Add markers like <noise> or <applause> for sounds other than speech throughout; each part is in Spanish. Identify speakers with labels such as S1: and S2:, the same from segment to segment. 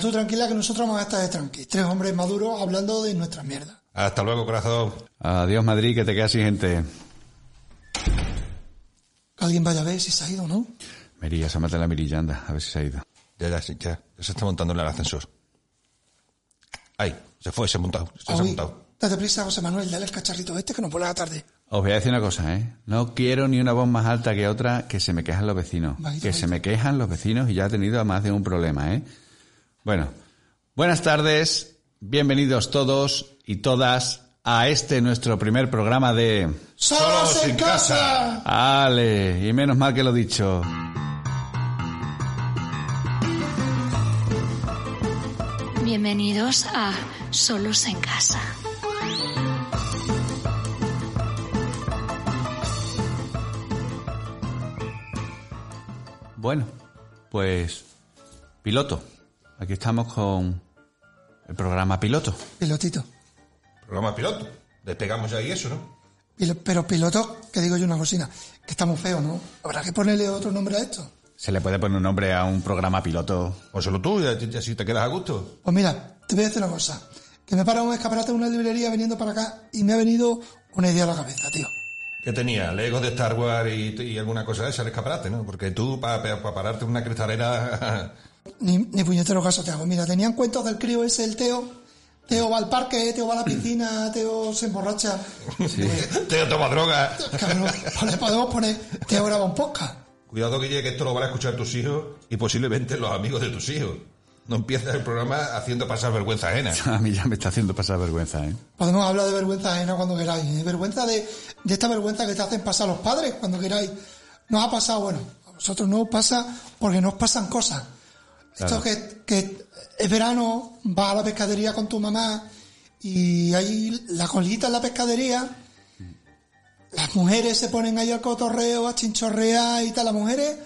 S1: tú tranquila que nosotros vamos a estar de tranqui. Tres hombres maduros hablando de nuestras mierdas.
S2: Hasta luego, corazón.
S3: Adiós, Madrid, que te quedas sin gente.
S1: Que alguien vaya a ver si se ha ido, ¿no?
S3: Mirilla, se mata la mirilla, anda, a ver si se ha ido.
S2: Ya, ya, sí, ya. Ya se está montando en el ascensor. Ahí, se fue, se ha montado. Se, ha
S1: Ah, Uy,
S2: montado.
S1: date prisa, José Manuel, dale el cacharrito este que nos vuelve a la tarde.
S3: Os voy a decir una cosa, ¿eh? No quiero ni una voz más alta que otra que se me quejan los vecinos.
S1: Bajito,
S3: que se
S1: bajito.
S3: me quejan los vecinos y ya he tenido a más de un problema, ¿eh? Bueno, buenas tardes, bienvenidos todos y todas a este nuestro primer programa de...
S1: ¡Solos en casa!
S3: Ale, y menos mal que lo dicho.
S4: Bienvenidos a Solos en Casa.
S3: Bueno, pues piloto. Aquí estamos con el programa piloto.
S1: Pilotito.
S2: Programa piloto. Despegamos ya y eso, ¿no?
S1: Pil- Pero piloto, que digo yo una cocina, que está muy feo, ¿no? Habrá que ponerle otro nombre a esto.
S3: Se le puede poner un nombre a un programa piloto. <laughs>
S2: O solo tú, ya, ya- si te quedas a gusto.
S1: Pues mira, te voy a decir una cosa. Que me para un escaparate de una librería viniendo para acá y me ha venido una idea a la cabeza, tío.
S2: ¿Qué tenía? ¿Legos de Star Wars y, y alguna cosa de esa? El escaparate, ¿no? Porque tú, para pararte en una cristalera... <laughs>
S1: Ni, ni puñetero caso te hago. Mira, tenían cuentos del crío ese, el Teo. Teo va al parque, Teo va a la piscina, Teo se emborracha.
S2: te toma droga.
S1: Cabrón, pues <laughs> le podemos poner Teo graba un podcast.
S2: Cuidado, Guille, que esto lo van a escuchar tus hijos y posiblemente los amigos de tus hijos. No empiezas el programa haciendo pasar vergüenza ajena.
S3: A mí ya me está haciendo pasar vergüenza, ¿eh?
S1: Podemos hablar de vergüenza ajena cuando queráis. ¿eh? Vergüenza de, de esta vergüenza que te hacen pasar los padres cuando queráis. Nos ha pasado, bueno, a vosotros no os pasa porque nos pasan cosas. Esto que, que es verano, vas a la pescadería con tu mamá y hay la colita en la pescadería. Las mujeres se ponen ahí al cotorreo, a chinchorrear y tal. Las mujeres,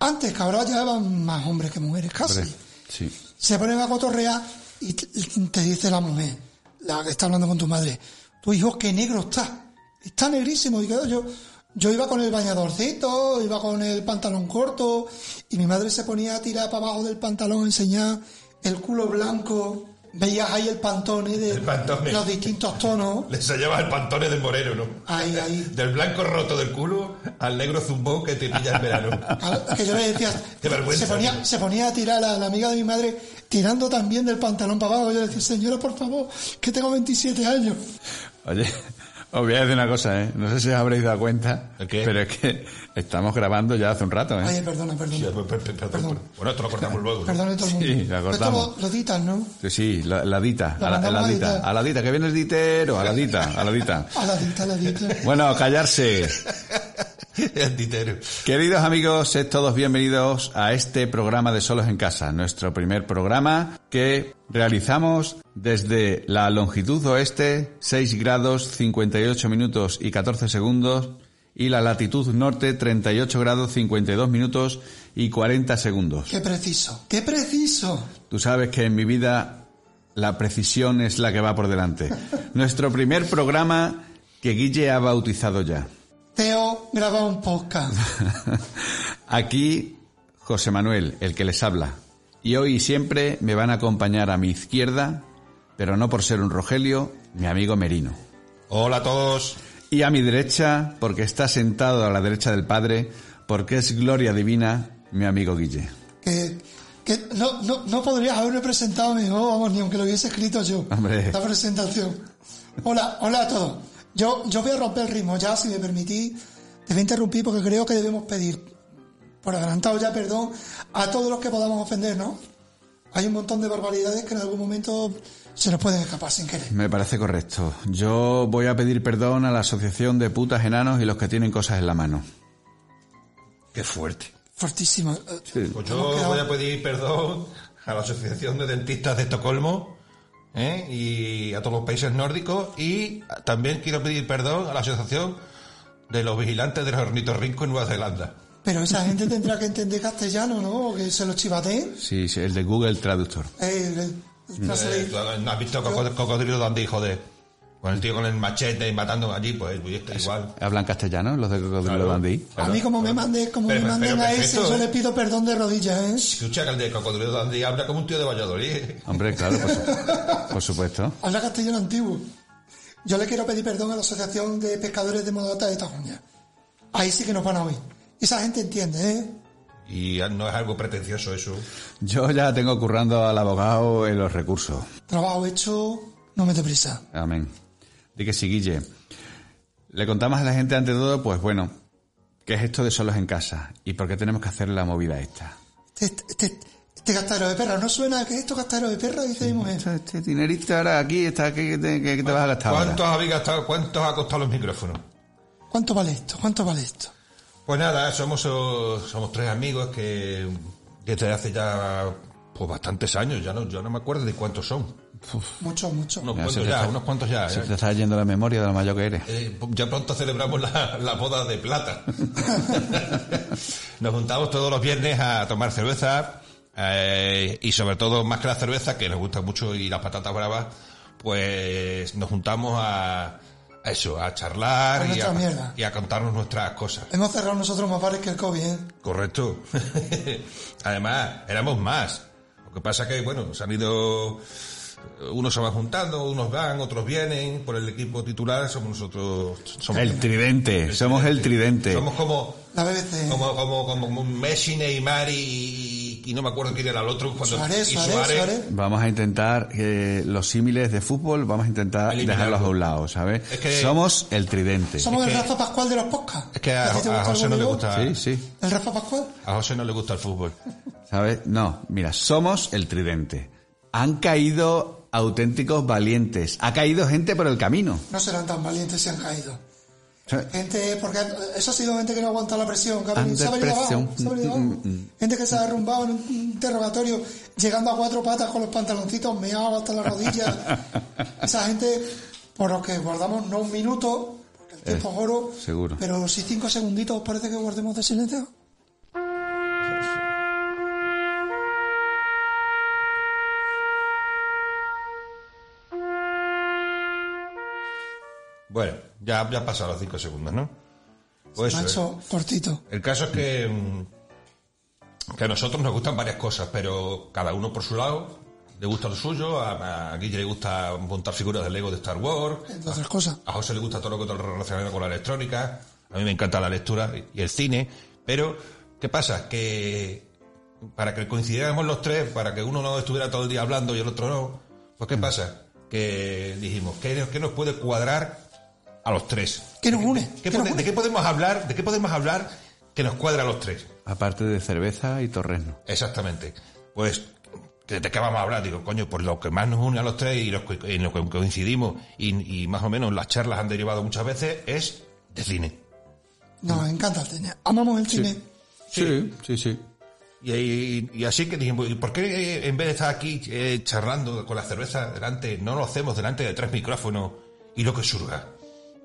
S1: antes, cabrón, ya eran más hombres que mujeres casi
S3: Hombre, Sí.
S1: se ponen a cotorrear y t- te dice la mujer, la que está hablando con tu madre, tu hijo qué negro está, está negrísimo. Y claro, yo, yo iba con el bañadorcito, iba con el pantalón corto y mi madre se ponía a tirar para abajo del pantalón, enseñar el culo blanco. Veías ahí el pantone de
S2: El pantone.
S1: los distintos tonos.
S2: Les llevas el pantone del moreno, ¿no?
S1: Ahí, ahí.
S2: Del blanco roto del culo al negro zumbón que te pilla en verano.
S1: A- Que yo le decía,
S2: <laughs> Qué vergüenza,
S1: se ponía,
S2: tío.
S1: se ponía a tirar a la amiga de mi madre, tirando también del pantalón para abajo. Yo le decía, señora, por favor, que tengo 27 años.
S3: Oye, <laughs> os voy a decir una cosa, ¿eh? No sé si os habréis dado cuenta,
S2: ¿El qué?
S3: pero es que estamos grabando ya hace un rato, ¿eh?
S1: Oye, perdona,
S2: Ya,
S1: perdona.
S2: per- per- per- perdón. pues, Bueno, esto lo cortamos luego. <laughs>
S1: Perdone todo el mundo.
S3: Sí, la
S1: Pero esto
S3: cortamos.
S1: lo, lo editas, ¿no?
S3: Sí, sí, la, la dita,
S1: La
S3: a la,
S1: mandamos
S3: la
S1: a
S3: dita,
S1: editar.
S3: a la dita, que viene el ditero, a la dita, a la dita.
S1: A la dita, a la dita.
S3: Bueno, callarse.
S2: El titero.
S3: Queridos amigos, sed todos bienvenidos a este programa de Solos en Casa, nuestro primer programa que realizamos desde la longitud oeste, 6 grados 58 minutos y 14 segundos, y la latitud norte, 38 grados 52 minutos y 40 segundos.
S1: Qué preciso, qué preciso.
S3: Tú sabes que en mi vida la precisión es la que va por delante. Nuestro primer programa que Guille ha bautizado ya.
S1: Teo graba un podcast.
S3: Aquí José Manuel, el que les habla. Y hoy y siempre me van a acompañar a mi izquierda, pero no por ser un Rogelio, mi amigo Merino.
S2: Hola a todos.
S3: Y a mi derecha, porque está sentado a la derecha del Padre, porque es gloria divina, mi amigo Guille.
S1: Que, que no, no, no podrías haberme presentado mejor, vamos, ni aunque lo hubiese escrito yo.
S3: Hombre.
S1: La presentación. Hola, hola a todos. Yo, yo voy a romper el ritmo ya, si me permitís. Te voy a interrumpir porque creo que debemos pedir, por adelantado ya, perdón, a todos los que podamos ofender, ¿no? Hay un montón de barbaridades que en algún momento se nos pueden escapar sin querer.
S3: Me parece correcto. Yo voy a pedir perdón a la Asociación de Putas Enanos y los que tienen cosas en la mano.
S2: Qué fuerte.
S1: Fortísimo. Eh,
S2: Pues yo voy a pedir perdón a la Asociación de Dentistas de Estocolmo ¿eh? y a todos los países nórdicos y también quiero pedir perdón a la Asociación de los Vigilantes de los Ornitorrincos en Nueva Zelanda.
S1: Pero esa gente tendrá que entender castellano, ¿no? O que se lo chivateen.
S3: Sí, sí, el de Google Traductor.
S1: Eh, el- el
S2: Eh,
S1: translate.
S2: ¿tú ¿No has visto Coco- Cocodrilo Dandy, joder? Con el tío con el machete y matando allí, pues pues, está igual.
S3: ¿Hablan castellano los de Cocodrilo
S2: Claro.
S3: Dandí?
S1: A mí como me manden, como
S2: Pero-
S1: me
S2: pero
S1: manden a ese,
S2: perfecto,
S1: yo
S2: ¿eh?
S1: le pido perdón de rodillas, ¿eh?
S2: Escucha que el de Cocodrilo Dandy habla como un tío de Valladolid.
S3: Hombre, claro, por, su- por supuesto.
S1: Habla castellano antiguo. Yo le quiero pedir perdón a la Asociación de Pescadores de Modata de Tajuña. Ahí sí que nos van a oír. Esa gente entiende, ¿eh?
S2: Y no es algo pretencioso eso.
S3: Yo ya tengo currando al abogado en los recursos.
S1: Trabajo hecho, no me dé prisa.
S3: Amén. Di que sí, Guille. Le contamos a la gente ante todo, pues bueno, qué es esto de solos en casa y por qué tenemos que hacer la movida esta.
S1: Este, este, este gastadero de perra, ¿no suena que esto gastadero de perra? Dice mi mujer.
S3: Este, este dinerito ahora aquí está, ¿qué, qué te, qué te vas a gastar ahora?
S2: ¿Cuántos habéis gastado? ¿Cuántos ha costado los micrófonos?
S1: ¿Cuánto vale esto? ¿Cuánto vale esto?
S2: Pues nada, somos, oh, somos tres amigos que desde hace ya pues bastantes años, ya no, yo no me acuerdo de cuántos son.
S1: Mucho, mucho.
S2: Unos
S3: Mira, se
S2: cuantos
S3: te
S2: ya,
S3: está-
S2: unos cuantos ya. ¿eh?
S3: Se
S2: ya.
S3: te está yendo la memoria de lo mayor que eres.
S2: Eh, ya pronto celebramos la, la boda de plata. nos juntamos todos los viernes a tomar cerveza eh, y sobre todo más que la cerveza, que nos gusta mucho y las patatas bravas, pues nos juntamos a, a eso, a
S1: A
S2: charlar y
S1: nuestra
S2: a,
S1: mierda.
S2: y a contarnos nuestras cosas.
S1: Hemos cerrado nosotros más bares que el COVID, ¿eh?
S2: Correcto. <laughs> Además, éramos más. Lo que pasa que, bueno, se han ido... Unos se van juntando, unos van, otros vienen. Por el equipo titular somos nosotros... Somos
S3: El tridente, somos el tridente.
S2: somos como,
S1: La BBC.
S2: como, como, como, como Messi, Neymar y, y no me acuerdo quién era el otro. Cuando,
S1: Suárez,
S2: y
S1: Suárez,
S2: Suárez.
S1: Suárez.
S3: Vamos a intentar eh, los símiles de fútbol, vamos a intentar
S2: Eliminarlo.
S3: dejarlos a un lado, ¿sabes?
S2: Es que-
S3: Somos el tridente.
S1: Somos el
S2: que-
S1: Rafa Pascual de los podcasts.
S2: Es que a,
S1: ti te
S2: a
S1: gusta algún
S2: José no le
S1: amigo?
S2: gusta...
S3: Sí, sí.
S1: ¿El Rafa Pascual?
S2: A José no le gusta el fútbol.
S3: ¿Sabes? No, mira, somos el tridente. Han caído auténticos valientes. Ha caído gente por el camino.
S1: No serán tan valientes si han caído.
S3: ¿sabes?
S1: Gente, porque eso ha sido gente que no aguanta la presión, que ha venido-
S3: Ante
S1: se ha venido
S3: presión.
S1: abajo, se ha venido
S3: Mm,
S1: abajo. Gente que se ha derrumbado en un interrogatorio, llegando a cuatro patas con los pantaloncitos meados hasta las rodillas.
S3: <laughs>
S1: Esa gente, por lo que guardamos no un minuto, porque el tiempo es oro,
S3: Eh, seguro.
S1: pero si cinco segunditos ¿os parece que guardemos de silencio.
S2: Bueno, ya, ya han pasado los cinco segundos, ¿no? Pues eso, eh.
S1: Macho, cortito.
S2: El caso es que, mm, que a nosotros nos gustan varias cosas, pero cada uno por su lado. Le gusta lo suyo, a, a Guille le gusta montar figuras de Lego de Star Wars,
S1: Entonces, cosas.
S2: a José le gusta todo lo que todo lo relacionado con la electrónica, a mí me encanta la lectura y el cine, pero ¿qué pasa? Que para que coincidiéramos los tres, para que uno no estuviera todo el día hablando y el otro no, pues ¿qué pasa? Que dijimos, ¿qué, nos- qué nos puede cuadrar a los tres?
S1: ¿Qué nos une?
S2: ¿Qué
S1: ¿Qué nos
S2: pode-
S1: une?
S2: ¿De qué podemos hablar? ¿De qué podemos hablar que nos cuadra a los tres?
S3: Aparte de cerveza y torreno.
S2: Exactamente. Pues, ¿de de qué vamos a hablar? Digo, coño, pues lo que más nos une a los tres y los que- en lo que coincidimos y, y más o menos las charlas han derivado muchas veces es de cine.
S1: Nos encanta el cine. Amamos el cine.
S3: Sí, sí, sí.
S2: Y, y- y así que dijimos, ¿y por qué eh, en vez de estar aquí eh, charlando con la cerveza delante, no lo hacemos delante de tres micrófonos y lo que surja?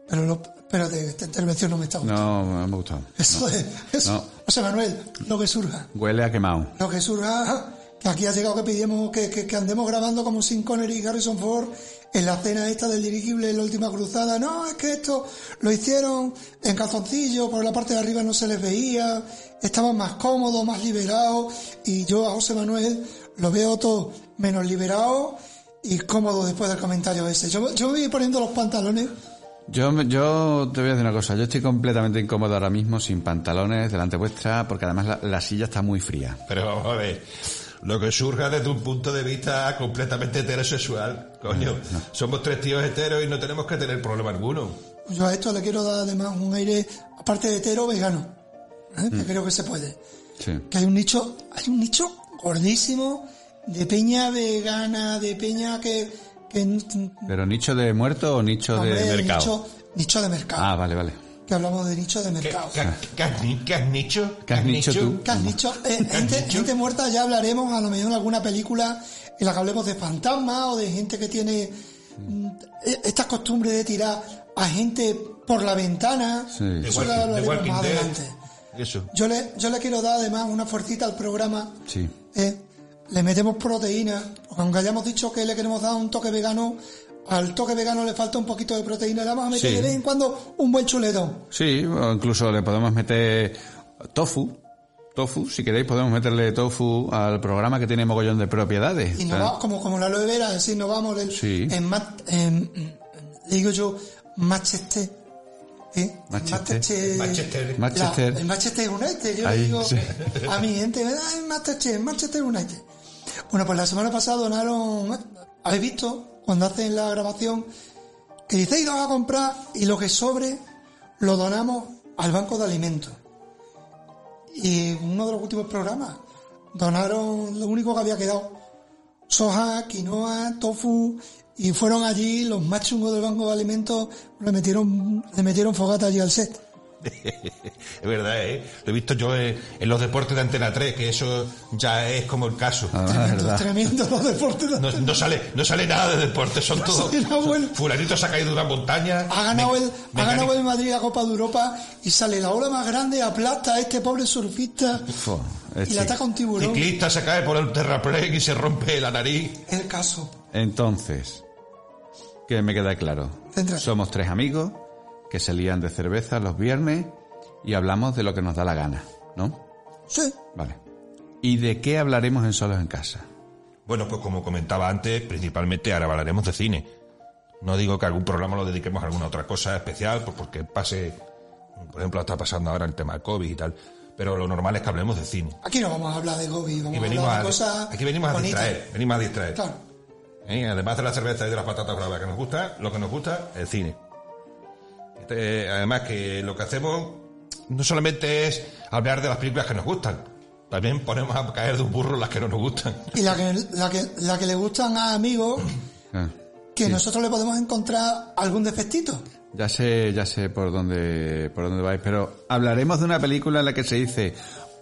S1: Pero lo, espérate, esta intervención no me está gustando.
S3: No, me ha gustado.
S1: Eso es, eso.
S3: No.
S1: José Manuel, lo que surja.
S3: Huele a quemado.
S1: Lo que surja, ah, que aquí ha llegado que pedimos que, que- que andemos grabando como Sin Connery y Harrison Ford en la cena esta del dirigible en la última cruzada. No, es que esto lo hicieron en calzoncillo, por la parte de arriba no se les veía, estaban más cómodos, más liberados, y yo a José Manuel lo veo todo menos liberado y cómodo después del comentario ese. Yo, yo me voy poniendo los pantalones.
S3: Yo, me- yo te voy a decir una cosa. Yo estoy completamente incómodo ahora mismo, sin pantalones, delante vuestra, porque además la, la silla está muy fría.
S2: Pero vamos a ver, lo que surja desde un punto de vista completamente heterosexual, coño, somos tres tíos heteros y no tenemos que tener problema alguno.
S1: Yo a esto le quiero dar además un aire, aparte de hetero, vegano. ¿eh? Que creo que se puede.
S3: Sí.
S1: que hay un nicho, hay un nicho gordísimo de peña vegana, de peña que, que
S3: ¿Pero nicho de muerto o nicho
S1: hombre,
S3: de mercado?
S1: nicho, nicho de mercado.
S3: Ah, vale, vale.
S1: Que hablamos de nicho de
S2: ¿Qué,
S1: mercado.
S2: qué- qué has, ni- qué has nicho?
S3: ¿Qué has nicho tú?
S1: ¿Qué has dicho? Eh, gente, gente muerta ya hablaremos a lo mejor en alguna película en la que hablemos de fantasmas o de gente que tiene mm, e- estas costumbres de tirar a gente por la ventana.
S3: Sí. De
S2: The
S1: Eso lo
S2: Walking, The
S1: hablaremos
S2: Walking
S1: más
S2: Dead.
S1: adelante.
S2: Eso.
S1: Yo le, yo le quiero dar además una fuercita al programa
S3: Sí.
S1: Eh, le metemos proteína, porque aunque hayamos dicho que le queremos dar un toque vegano, al toque vegano le falta un poquito de proteína, le vamos a meter
S3: Sí.
S1: de vez en cuando un buen chuletón.
S3: Sí, o incluso le podemos meter tofu. Tofu, si queréis podemos meterle tofu al programa que tiene mogollón de propiedades.
S1: Y nos vamos, como, como la aloe vera, así nos vamos del,
S3: Ah. Sí.
S1: en, ma- en- en- digo yo, Manchester. ¿eh?
S3: Manchester.
S2: Manchester.
S1: la-
S3: Manchester.
S1: el Manchester United, yo
S3: Ahí,
S1: le digo
S3: sí.
S1: a mi gente, "Ah, el Manchester, el Manchester United. Bueno, pues la semana pasada donaron, habéis visto, cuando hacen la grabación, que dice, idos a comprar y lo que sobre lo donamos al banco de alimentos. Y en uno de los últimos programas donaron lo único que había quedado, soja, quinoa, tofu, y fueron allí los más chungos del banco de alimentos, le metieron, le metieron fogata allí al set.
S2: Es verdad, ¿eh? Lo he visto yo eh, en los deportes de Antena 3, que eso ya es como el caso.
S3: Ah,
S1: Tremendo,
S3: verdad.
S1: tremendo los deportes.
S2: No, no sale, no sale nada de deporte,
S1: <laughs>
S2: son todos.
S1: sale nada bueno.
S2: Fulanito se ha caído de una montaña.
S1: Ha ganado,
S2: me-
S1: el, ha
S2: mecánico-
S1: ganado el Madrid la Copa de Europa y sale la ola más grande, aplasta a este pobre surfista
S2: Eh,
S3: Fo, es
S1: y le
S3: chic.
S1: ataca un tiburón.
S2: Ciclista se cae por el terraplén y se rompe la nariz.
S1: El caso.
S3: Entonces, que me queda claro.
S1: Céntrate.
S3: Somos tres amigos que se lían de cerveza los viernes y hablamos de lo que nos da la gana, ¿no?
S1: Sí.
S3: Vale. ¿Y de qué hablaremos en Solos en Casa?
S2: Bueno, pues como comentaba antes, principalmente ahora hablaremos de cine. No digo que algún programa lo dediquemos a alguna otra cosa especial, pues porque pase, por ejemplo, está pasando ahora el tema del COVID y tal, pero lo normal es que hablemos de cine.
S1: Aquí no vamos a hablar de Gobi, vamos
S2: Aquí
S1: a
S2: venimos
S1: hablar
S2: a,
S1: de cosas
S2: aquí venimos a
S1: bonitas.
S2: distraer, venimos a distraer.
S1: Claro.
S2: ¿Eh? Además de la cerveza y de las patatas bravas que nos gusta, lo que nos gusta es el cine. Este, además que lo que hacemos no solamente es hablar de las películas que nos gustan, también ponemos a caer de un burro las que no nos gustan.
S1: Y la que, la, que, la que le gustan a amigos,
S3: Ah,
S1: que
S3: sí.
S1: nosotros le podemos encontrar algún defectito.
S3: Ya sé, ya sé por dónde, por dónde vais, pero hablaremos de una película en la que se dice,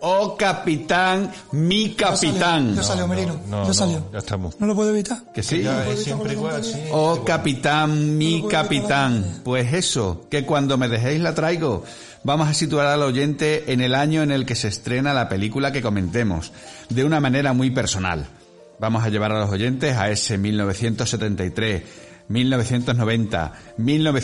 S3: oh capitán, mi
S1: No salió,
S3: capitán.
S1: No salió, Merino.
S2: no,
S1: No,
S2: no,
S1: salió.
S2: ya estamos.
S1: No lo puedo evitar.
S3: Que sí.
S2: Ya
S1: puedo
S2: es
S1: evitar
S2: siempre
S1: con la
S2: igual, sí.
S1: tontería.
S3: Oh capitán,
S1: No
S3: mi
S1: lo puedo
S3: capitán.
S1: evitar.
S3: Pues eso, que cuando me dejéis la traigo. Vamos a situar al oyente en el año en el que se estrena la película que comentemos, de una manera muy personal. Vamos a llevar a los oyentes a ese 1973, 1990,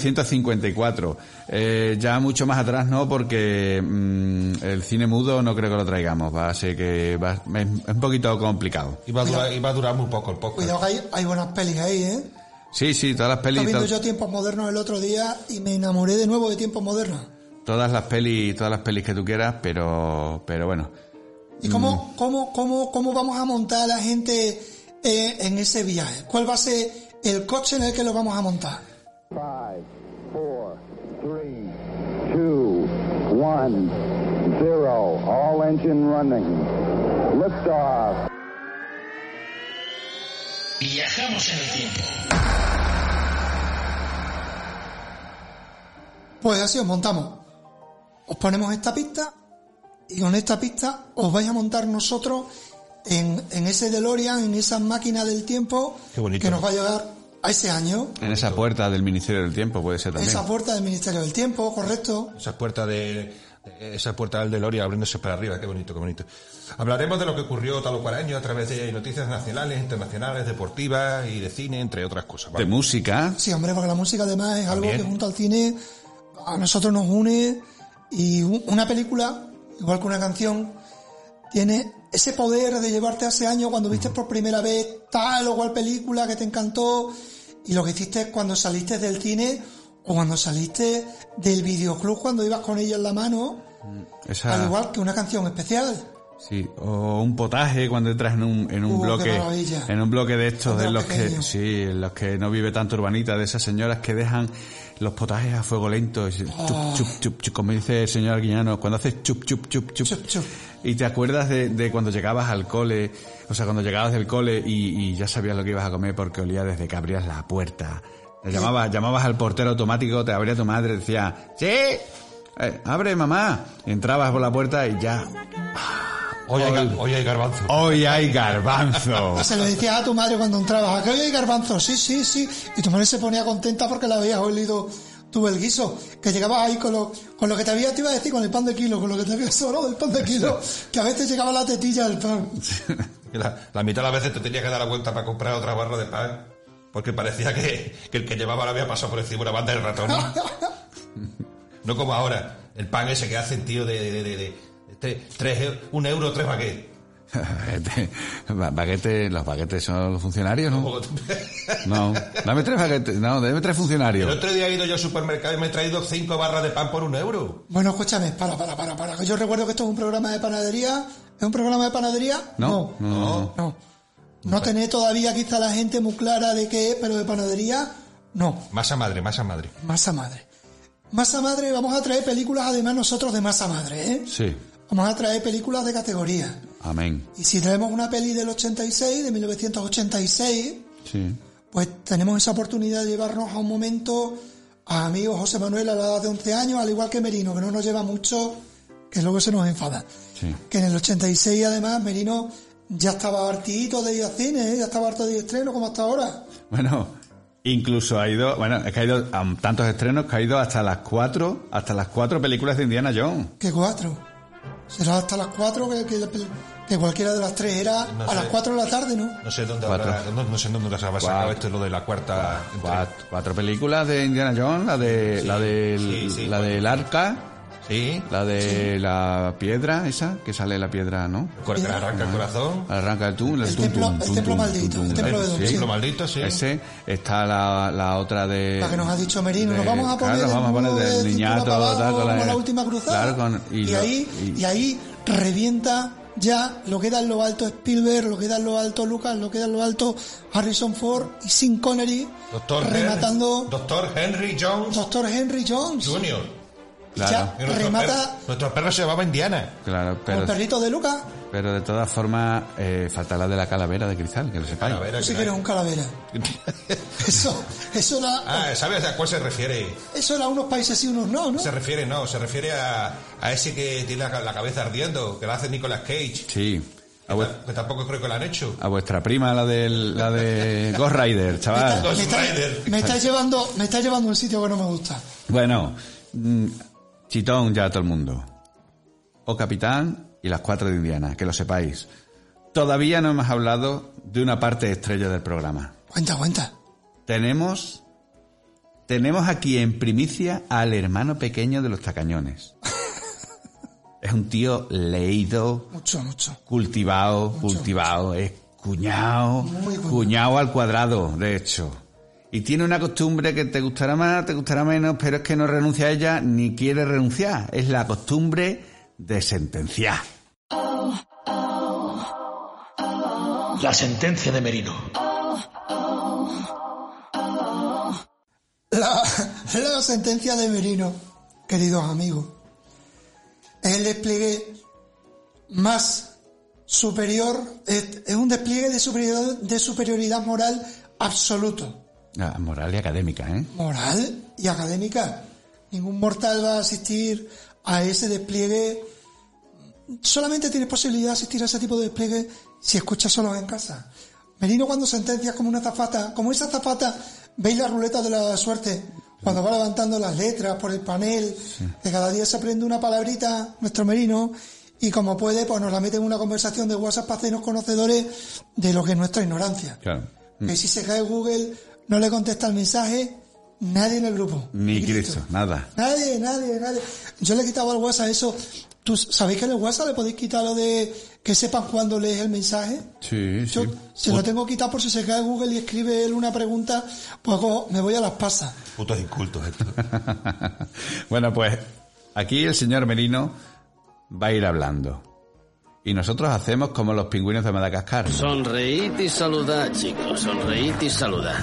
S3: 1954. Eh, ya mucho más atrás no, porque mm, el cine mudo no creo que lo traigamos. Va a ser que va, es un poquito complicado.
S2: Y va a durar, y va a durar muy poco el podcast.
S1: Cuidado que hay, hay buenas pelis ahí, ¿eh?
S3: Sí, sí, todas las
S1: Estaba
S3: pelis.
S1: viendo
S3: tal-
S1: yo Tiempos Modernos el otro día y me enamoré de nuevo de Tiempos Modernos.
S3: todas las pelis, todas las pelis que tú quieras, pero, pero bueno.
S1: ¿Y
S2: Mm.
S1: cómo, cómo, cómo, cómo vamos a montar a la gente eh, en ese viaje? ¿Cuál va a ser el coche en el que lo vamos a montar?
S5: Five, four, three, two, one, zero. All engine running. Liftoff.
S6: Viajamos en el tiempo.
S1: Pues así os montamos. Os ponemos esta pista y con esta pista os vais a montar nosotros en, en ese DeLorean, en esa máquina del tiempo
S2: Qué bonito.
S1: que nos va a llevar a ese año.
S3: En esa puerta del Ministerio del Tiempo puede ser también.
S1: Esa puerta del Ministerio del Tiempo, correcto.
S2: Esa puerta de esa puerta del DeLorean abriéndose para arriba, qué bonito, qué bonito. Hablaremos de lo que ocurrió tal o cual año a través de noticias nacionales, internacionales, deportivas y de cine, entre otras cosas. ¿vale?
S3: De música.
S1: Sí, hombre, porque la música además es algo
S2: También.
S1: que junto al cine a nosotros nos une y u- una película, igual que una canción, tiene ese poder de llevarte hace años cuando viste por primera vez tal o cual película que te encantó y lo que hiciste cuando saliste del cine o cuando saliste del videoclub cuando ibas con ella en la mano, al
S3: Esa,
S1: igual que una canción especial.
S3: sí, o un potaje cuando entras en un, en un
S1: Uh, qué
S3: bloque.
S1: maravilla.
S3: En un bloque de estos,
S1: Cuando
S3: en los
S1: eras
S3: que,
S1: pequeño.
S3: sí, en los que no vive tanto urbanita, de esas señoras que dejan los potajes a fuego lento. y se-
S1: Ah.
S3: chup, chup, chup, chup, como dice el señor Arguiñano, cuando haces chup, chup, chup, chup.
S1: Chup, chup.
S3: Y te acuerdas de, de cuando llegabas al cole, o sea, cuando llegabas del cole y, y ya sabías lo que ibas a comer porque olía desde que abrías la puerta. Le llamabas, llamabas al portero automático, te abría tu madre, decía, ¡Sí! eh, ¡Abre, mamá! Y entrabas por la puerta y ya.
S2: Hoy, hay, ga- hoy hay garbanzo.
S3: ¡Hoy hay garbanzo! <laughs>
S1: Se lo decías a tu madre cuando entrabas, que hoy hay garbanzo, sí, sí, sí. Y tu madre se ponía contenta porque la habías olido tú el guiso, que llegabas ahí con lo, con lo que te había, te iba a decir, con el pan de kilo, con lo que te había sobrado del pan de
S3: <laughs>
S1: kilo, que a veces llegaba la tetilla del pan.
S2: La, la mitad de las veces te tenías que dar la vuelta para comprar otra barra de pan. Porque parecía que, que el que llevaba la había pasado por encima una banda de ratón. No como ahora. El pan ese que hacen, tío, de... de, de, de tre- tres, eu- un euro, tres baguettes.
S3: <laughs> Baguete, ba- baguete- los baguetes son los funcionarios, ¿no? No, dame tres baguetes, no, dame tres
S2: El
S3: funcionarios.
S2: otro día he ido yo al supermercado y me he traído cinco barras de pan por un euro.
S1: <laughs> Bueno, escúchame, para, para, para, para. que Yo recuerdo que esto es un programa de panadería. ¿Es un programa de panadería?
S3: No, no, no, no.
S1: No. No tenéis todavía quizá la gente muy clara de qué es, pero de panadería, no.
S2: Masa madre, masa madre.
S1: Masa madre. Masa madre, vamos a traer películas además nosotros de masa madre, ¿eh?
S3: Sí,
S1: Vamos a traer películas de categoría.
S3: amén.
S1: Y si traemos una peli del 86, de 1986,
S3: Sí,
S1: pues tenemos esa oportunidad de llevarnos a un momento a amigos José Manuel a la edad de 11 años, al igual que Merino, que no nos lleva mucho, que luego se nos enfada.
S3: Sí.
S1: Que en el 86 además Merino ya estaba hartito de ir al cine, ¿eh? ya estaba harto de ir a estreno como hasta ahora.
S3: Bueno, incluso ha ido, bueno, es que ha ido a tantos estrenos que ha ido hasta las cuatro, hasta las cuatro películas de Indiana Jones.
S1: Que cuatro. Será hasta las cuatro que, que- que cualquiera de las tres era
S2: No
S1: a
S2: sé.
S1: las cuatro de la tarde, ¿no?
S2: No sé dónde
S3: Cuatro.
S2: habrá- no, no sé dónde las habrá sacado
S3: Cuatro.
S2: esto es lo de la cuarta. entrega.
S3: Cuatro, cuatro películas de Indiana Jones, la de, la del,
S2: sí, sí,
S3: la
S2: cuatro.
S3: del arca,
S2: Sí.
S3: La de la piedra, esa, que sale la piedra, ¿no?
S2: Cor- Arranca el corazón.
S3: Arranca el tú, el,
S1: El
S3: tum,
S1: templo-
S3: tum,
S1: el
S3: tum,
S1: templo
S3: tum,
S1: maldito,
S3: tum,
S1: el
S3: tum.
S1: templo de Don
S3: Sí.
S2: Lo maldito, sí.
S3: Ese, está la, la otra de...
S1: La que nos ha dicho Merino, nos
S3: de-
S1: vamos a poner
S3: claro, vamos a poner
S1: nudo de
S3: del
S1: cintura
S3: niñato,
S1: para abajo,
S3: tal, con la-
S1: como la última cruzada.
S3: Claro, con-
S1: y,
S3: lo-
S1: ahí,
S3: y-
S1: y ahí revienta ya lo que da en lo alto Spielberg, lo que da en lo alto Lucas, lo que da en lo alto Harrison Ford y Sin Connery
S2: Doctor, Hen-
S1: rematando
S2: Doctor Henry Jones
S1: Doctor Henry Jones.
S2: Jr.
S3: Claro,
S1: Ya
S2: Y nuestro
S1: remata
S2: perro- nuestro perro se llamaba Indiana.
S3: claro,
S1: el
S3: pero,
S1: perrito de Lucas,
S3: pero de todas formas eh, falta la de la calavera de cristal, que lo sepáis.
S2: Calavera,
S1: sí que
S2: que
S1: era un
S2: <laughs>
S1: calavera. Eso, eso era,
S2: Ah, ¿sabes a cuál se refiere?
S1: eso era unos países y unos no, ¿no?
S2: Se refiere, no, se refiere a, a ese que tiene la, la cabeza ardiendo, que la hace Nicolas Cage.
S3: Sí. A,
S2: Que,
S3: vuest-
S2: ta- que tampoco creo que lo han hecho.
S3: a vuestra prima, la, del, la de Ghost Rider, chaval.
S1: Me
S2: Ghost
S1: está-
S2: Rider.
S1: me está llevando, me está llevando a un sitio que no me gusta.
S3: Bueno, mm, chitón ya a todo el mundo. O Capitán y las cuatro de Indiana, que lo sepáis. Todavía no hemos hablado de una parte estrella del programa.
S1: Cuenta, cuenta.
S3: Tenemos, tenemos aquí en primicia al hermano pequeño de los tacañones. Es un tío leído,
S1: Mucho, mucho.
S3: cultivado, cultivado, es cuñado,
S1: Muy cuñao.
S3: cuñado al cuadrado, de hecho. Y tiene una costumbre que te gustará más, te gustará menos, pero es que no renuncia a ella ni quiere renunciar. Es la costumbre de sentenciar.
S6: La sentencia de Merino.
S1: La, <laughs> la sentencia de Merino, queridos amigos, es el despliegue más superior, es, es un despliegue de superioridad, de superioridad moral absoluto.
S3: Ah, moral y académica, ¿eh?
S1: Moral y académica. Ningún mortal va a asistir a ese despliegue. Solamente tienes posibilidad de asistir a ese tipo de despliegue si escuchas solos en casa. Merino cuando sentencias como una zafata, como esa zafata, veis la ruleta de la suerte, cuando va levantando las letras por el panel, que cada día se aprende una palabrita, nuestro Merino, y como puede, pues nos la mete en una conversación de WhatsApp para hacernos conocedores de lo que es nuestra ignorancia.
S3: Claro.
S1: Que si se cae Google, no le contesta el mensaje, nadie en el grupo.
S3: Ni Cristo, nada.
S1: Nadie, nadie, nadie. Yo le he quitado al WhatsApp eso. ¿Tú sabéis que en el WhatsApp le podéis quitar lo de que sepan cuándo lees el mensaje?
S3: Sí,
S1: Yo se lo tengo quitado por si se cae Google y escribe él una pregunta, pues como me voy a las pasas.
S2: Putos incultos eh. esto.
S3: bueno, pues aquí el señor Merino va a ir hablando. Y nosotros hacemos como los pingüinos de Madagascar.
S7: Sonreíd y saludad, chicos, sonreíd y saludad.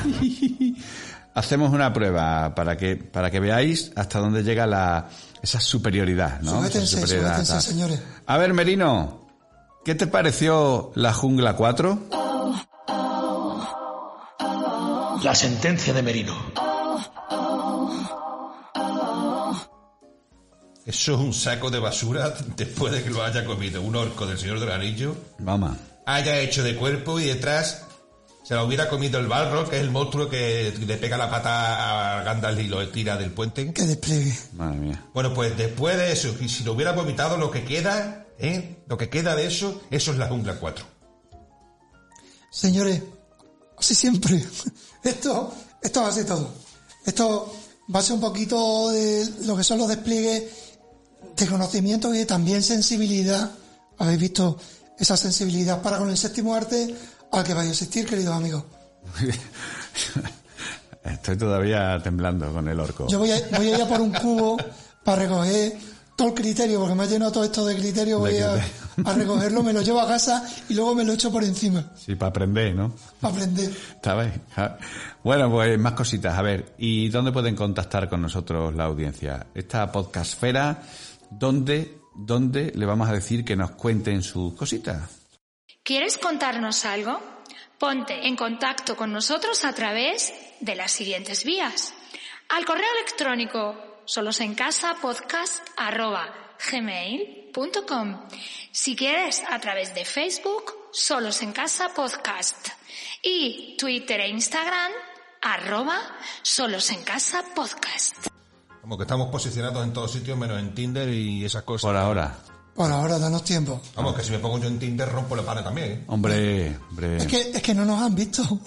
S3: Hacemos una prueba para que, para que veáis hasta dónde llega la, esa superioridad, ¿no? Esa
S1: Sujétense,
S3: superioridad,
S1: sujétense,
S3: tal.
S1: señores.
S3: A ver, Merino, ¿qué te pareció la jungla 4?
S6: La sentencia de Merino.
S2: Eso es un saco de basura <laughs> después de que lo haya comido un orco del Señor del Anillo,
S3: Vamos.
S2: haya hecho de cuerpo y detrás se la hubiera comido el barro, que es el monstruo que le pega la pata a Gandalf y lo tira del puente.
S1: Que despliegue.
S3: Madre mía.
S2: Bueno, pues después de eso, y si lo hubiera vomitado, lo que queda, ¿eh? Lo que queda de eso, eso es la jungla 4.
S1: Señores, Así siempre. Esto, esto va a ser todo. Esto va a ser un poquito de lo que son los despliegues de conocimiento y de también sensibilidad. Habéis visto esa sensibilidad para con el séptimo arte al que vais a asistir, queridos amigos.
S3: Estoy todavía temblando con el orco.
S1: Yo voy a, voy a ir a por un cubo para recoger todo el criterio, porque me ha llenado todo esto de criterio. Voy a, a recogerlo, me lo llevo a casa y luego me lo echo por encima
S3: Sí, para aprender, ¿no?
S1: para aprender.
S3: Está bien. Ja. Bueno, pues más cositas. A ver, ¿y dónde pueden contactar con nosotros la audiencia? Esta podcastfera, ¿dónde, dónde le vamos a decir que nos cuenten sus cositas?
S4: ¿Quieres contarnos algo? Ponte en contacto con nosotros a través de las siguientes vías. Al correo electrónico solosencasapodcast.gmail.com Si quieres, a través de Facebook, Solos en Casa Podcast. Y Twitter e Instagram, arroba Solos en Casa Podcast.
S2: Como que estamos posicionados en todos sitios, menos en Tinder y esas cosas.
S3: Por ahora.
S1: Por ahora, danos tiempo.
S2: Vamos, que si me pongo yo en Tinder rompo la pana también. ¿eh?
S3: Hombre, hombre.
S1: Es que, es que no nos han visto. <laughs>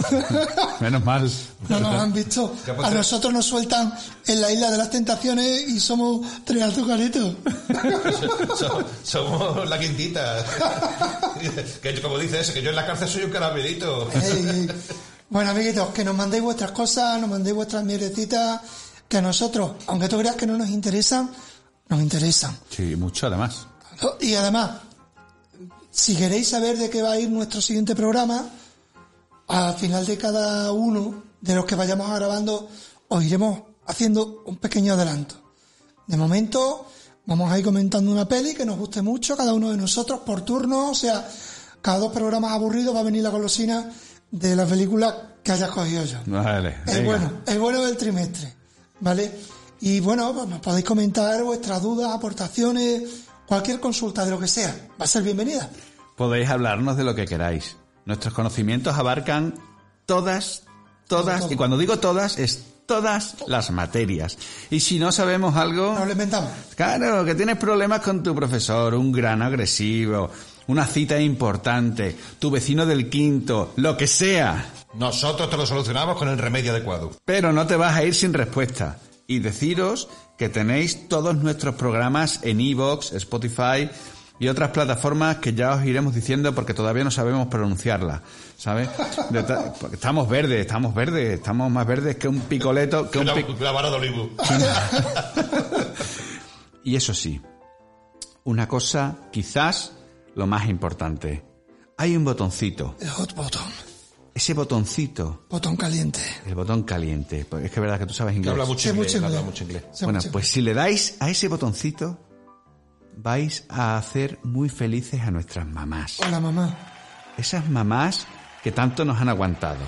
S3: Menos mal.
S1: No nos han visto.
S2: ¿Qué ha
S1: A
S2: pasado?
S1: nosotros nos sueltan en la isla de las tentaciones y somos tres
S2: <laughs>
S1: azucaritos.
S2: So- somos la quintita. <laughs> que yo, como dice ese, que yo en la cárcel soy un caramelito.
S1: Ey, ey. Bueno, amiguitos, que nos mandéis vuestras cosas, nos mandéis vuestras mierdecitas, que a nosotros, aunque tú creas que no nos interesan, nos interesan.
S3: Sí, mucho además.
S1: Y además, si queréis saber de qué va a ir nuestro siguiente programa, al final de cada uno de los que vayamos grabando, os iremos haciendo un pequeño adelanto. De momento, vamos a ir comentando una peli que nos guste mucho, cada uno de nosotros por turno, o sea, cada dos programas aburridos va a venir la golosina de la película que hayas cogido yo.
S3: Vale.
S1: El
S3: venga.
S1: bueno, el bueno del trimestre, ¿vale? Y bueno, pues nos podéis comentar vuestras dudas, aportaciones, cualquier consulta de lo que sea, va a ser bienvenida.
S3: Podéis hablarnos de lo que queráis. Nuestros conocimientos abarcan todas, todas, y cuando digo todas, es todas las materias. Y si no sabemos algo...
S1: Nos lo inventamos.
S3: Claro, que tienes problemas con tu profesor, un gran agresivo, una cita importante, tu vecino del quinto, lo que sea.
S2: Nosotros te lo solucionamos con el remedio adecuado.
S3: Pero no te vas a ir sin respuesta. Y deciros que tenéis todos nuestros programas en iVoox, Spotify y otras plataformas que ya os iremos diciendo porque todavía no sabemos pronunciarlas, ¿sabes? De ta- porque estamos verdes, estamos verdes, estamos más verdes que un picoleto, que un
S2: La,
S3: pic-
S2: la vara de olivo.
S3: Y eso sí, una cosa quizás lo más importante. Hay un botoncito.
S1: El hot button,
S3: Ese botoncito,
S1: botón caliente.
S3: el botón caliente. pues Es que es verdad que tú sabes
S2: Que
S3: inglés.
S2: habla mucho
S1: Sé
S2: inglés.
S1: mucho
S2: habla
S1: inglés.
S2: mucho inglés.
S1: Sé
S3: bueno,
S1: mucho
S3: pues si le dais a ese botoncito, vais a hacer muy felices a nuestras mamás.
S1: inglés. Hola mamá.
S3: Esas mamás que tanto nos han aguantado.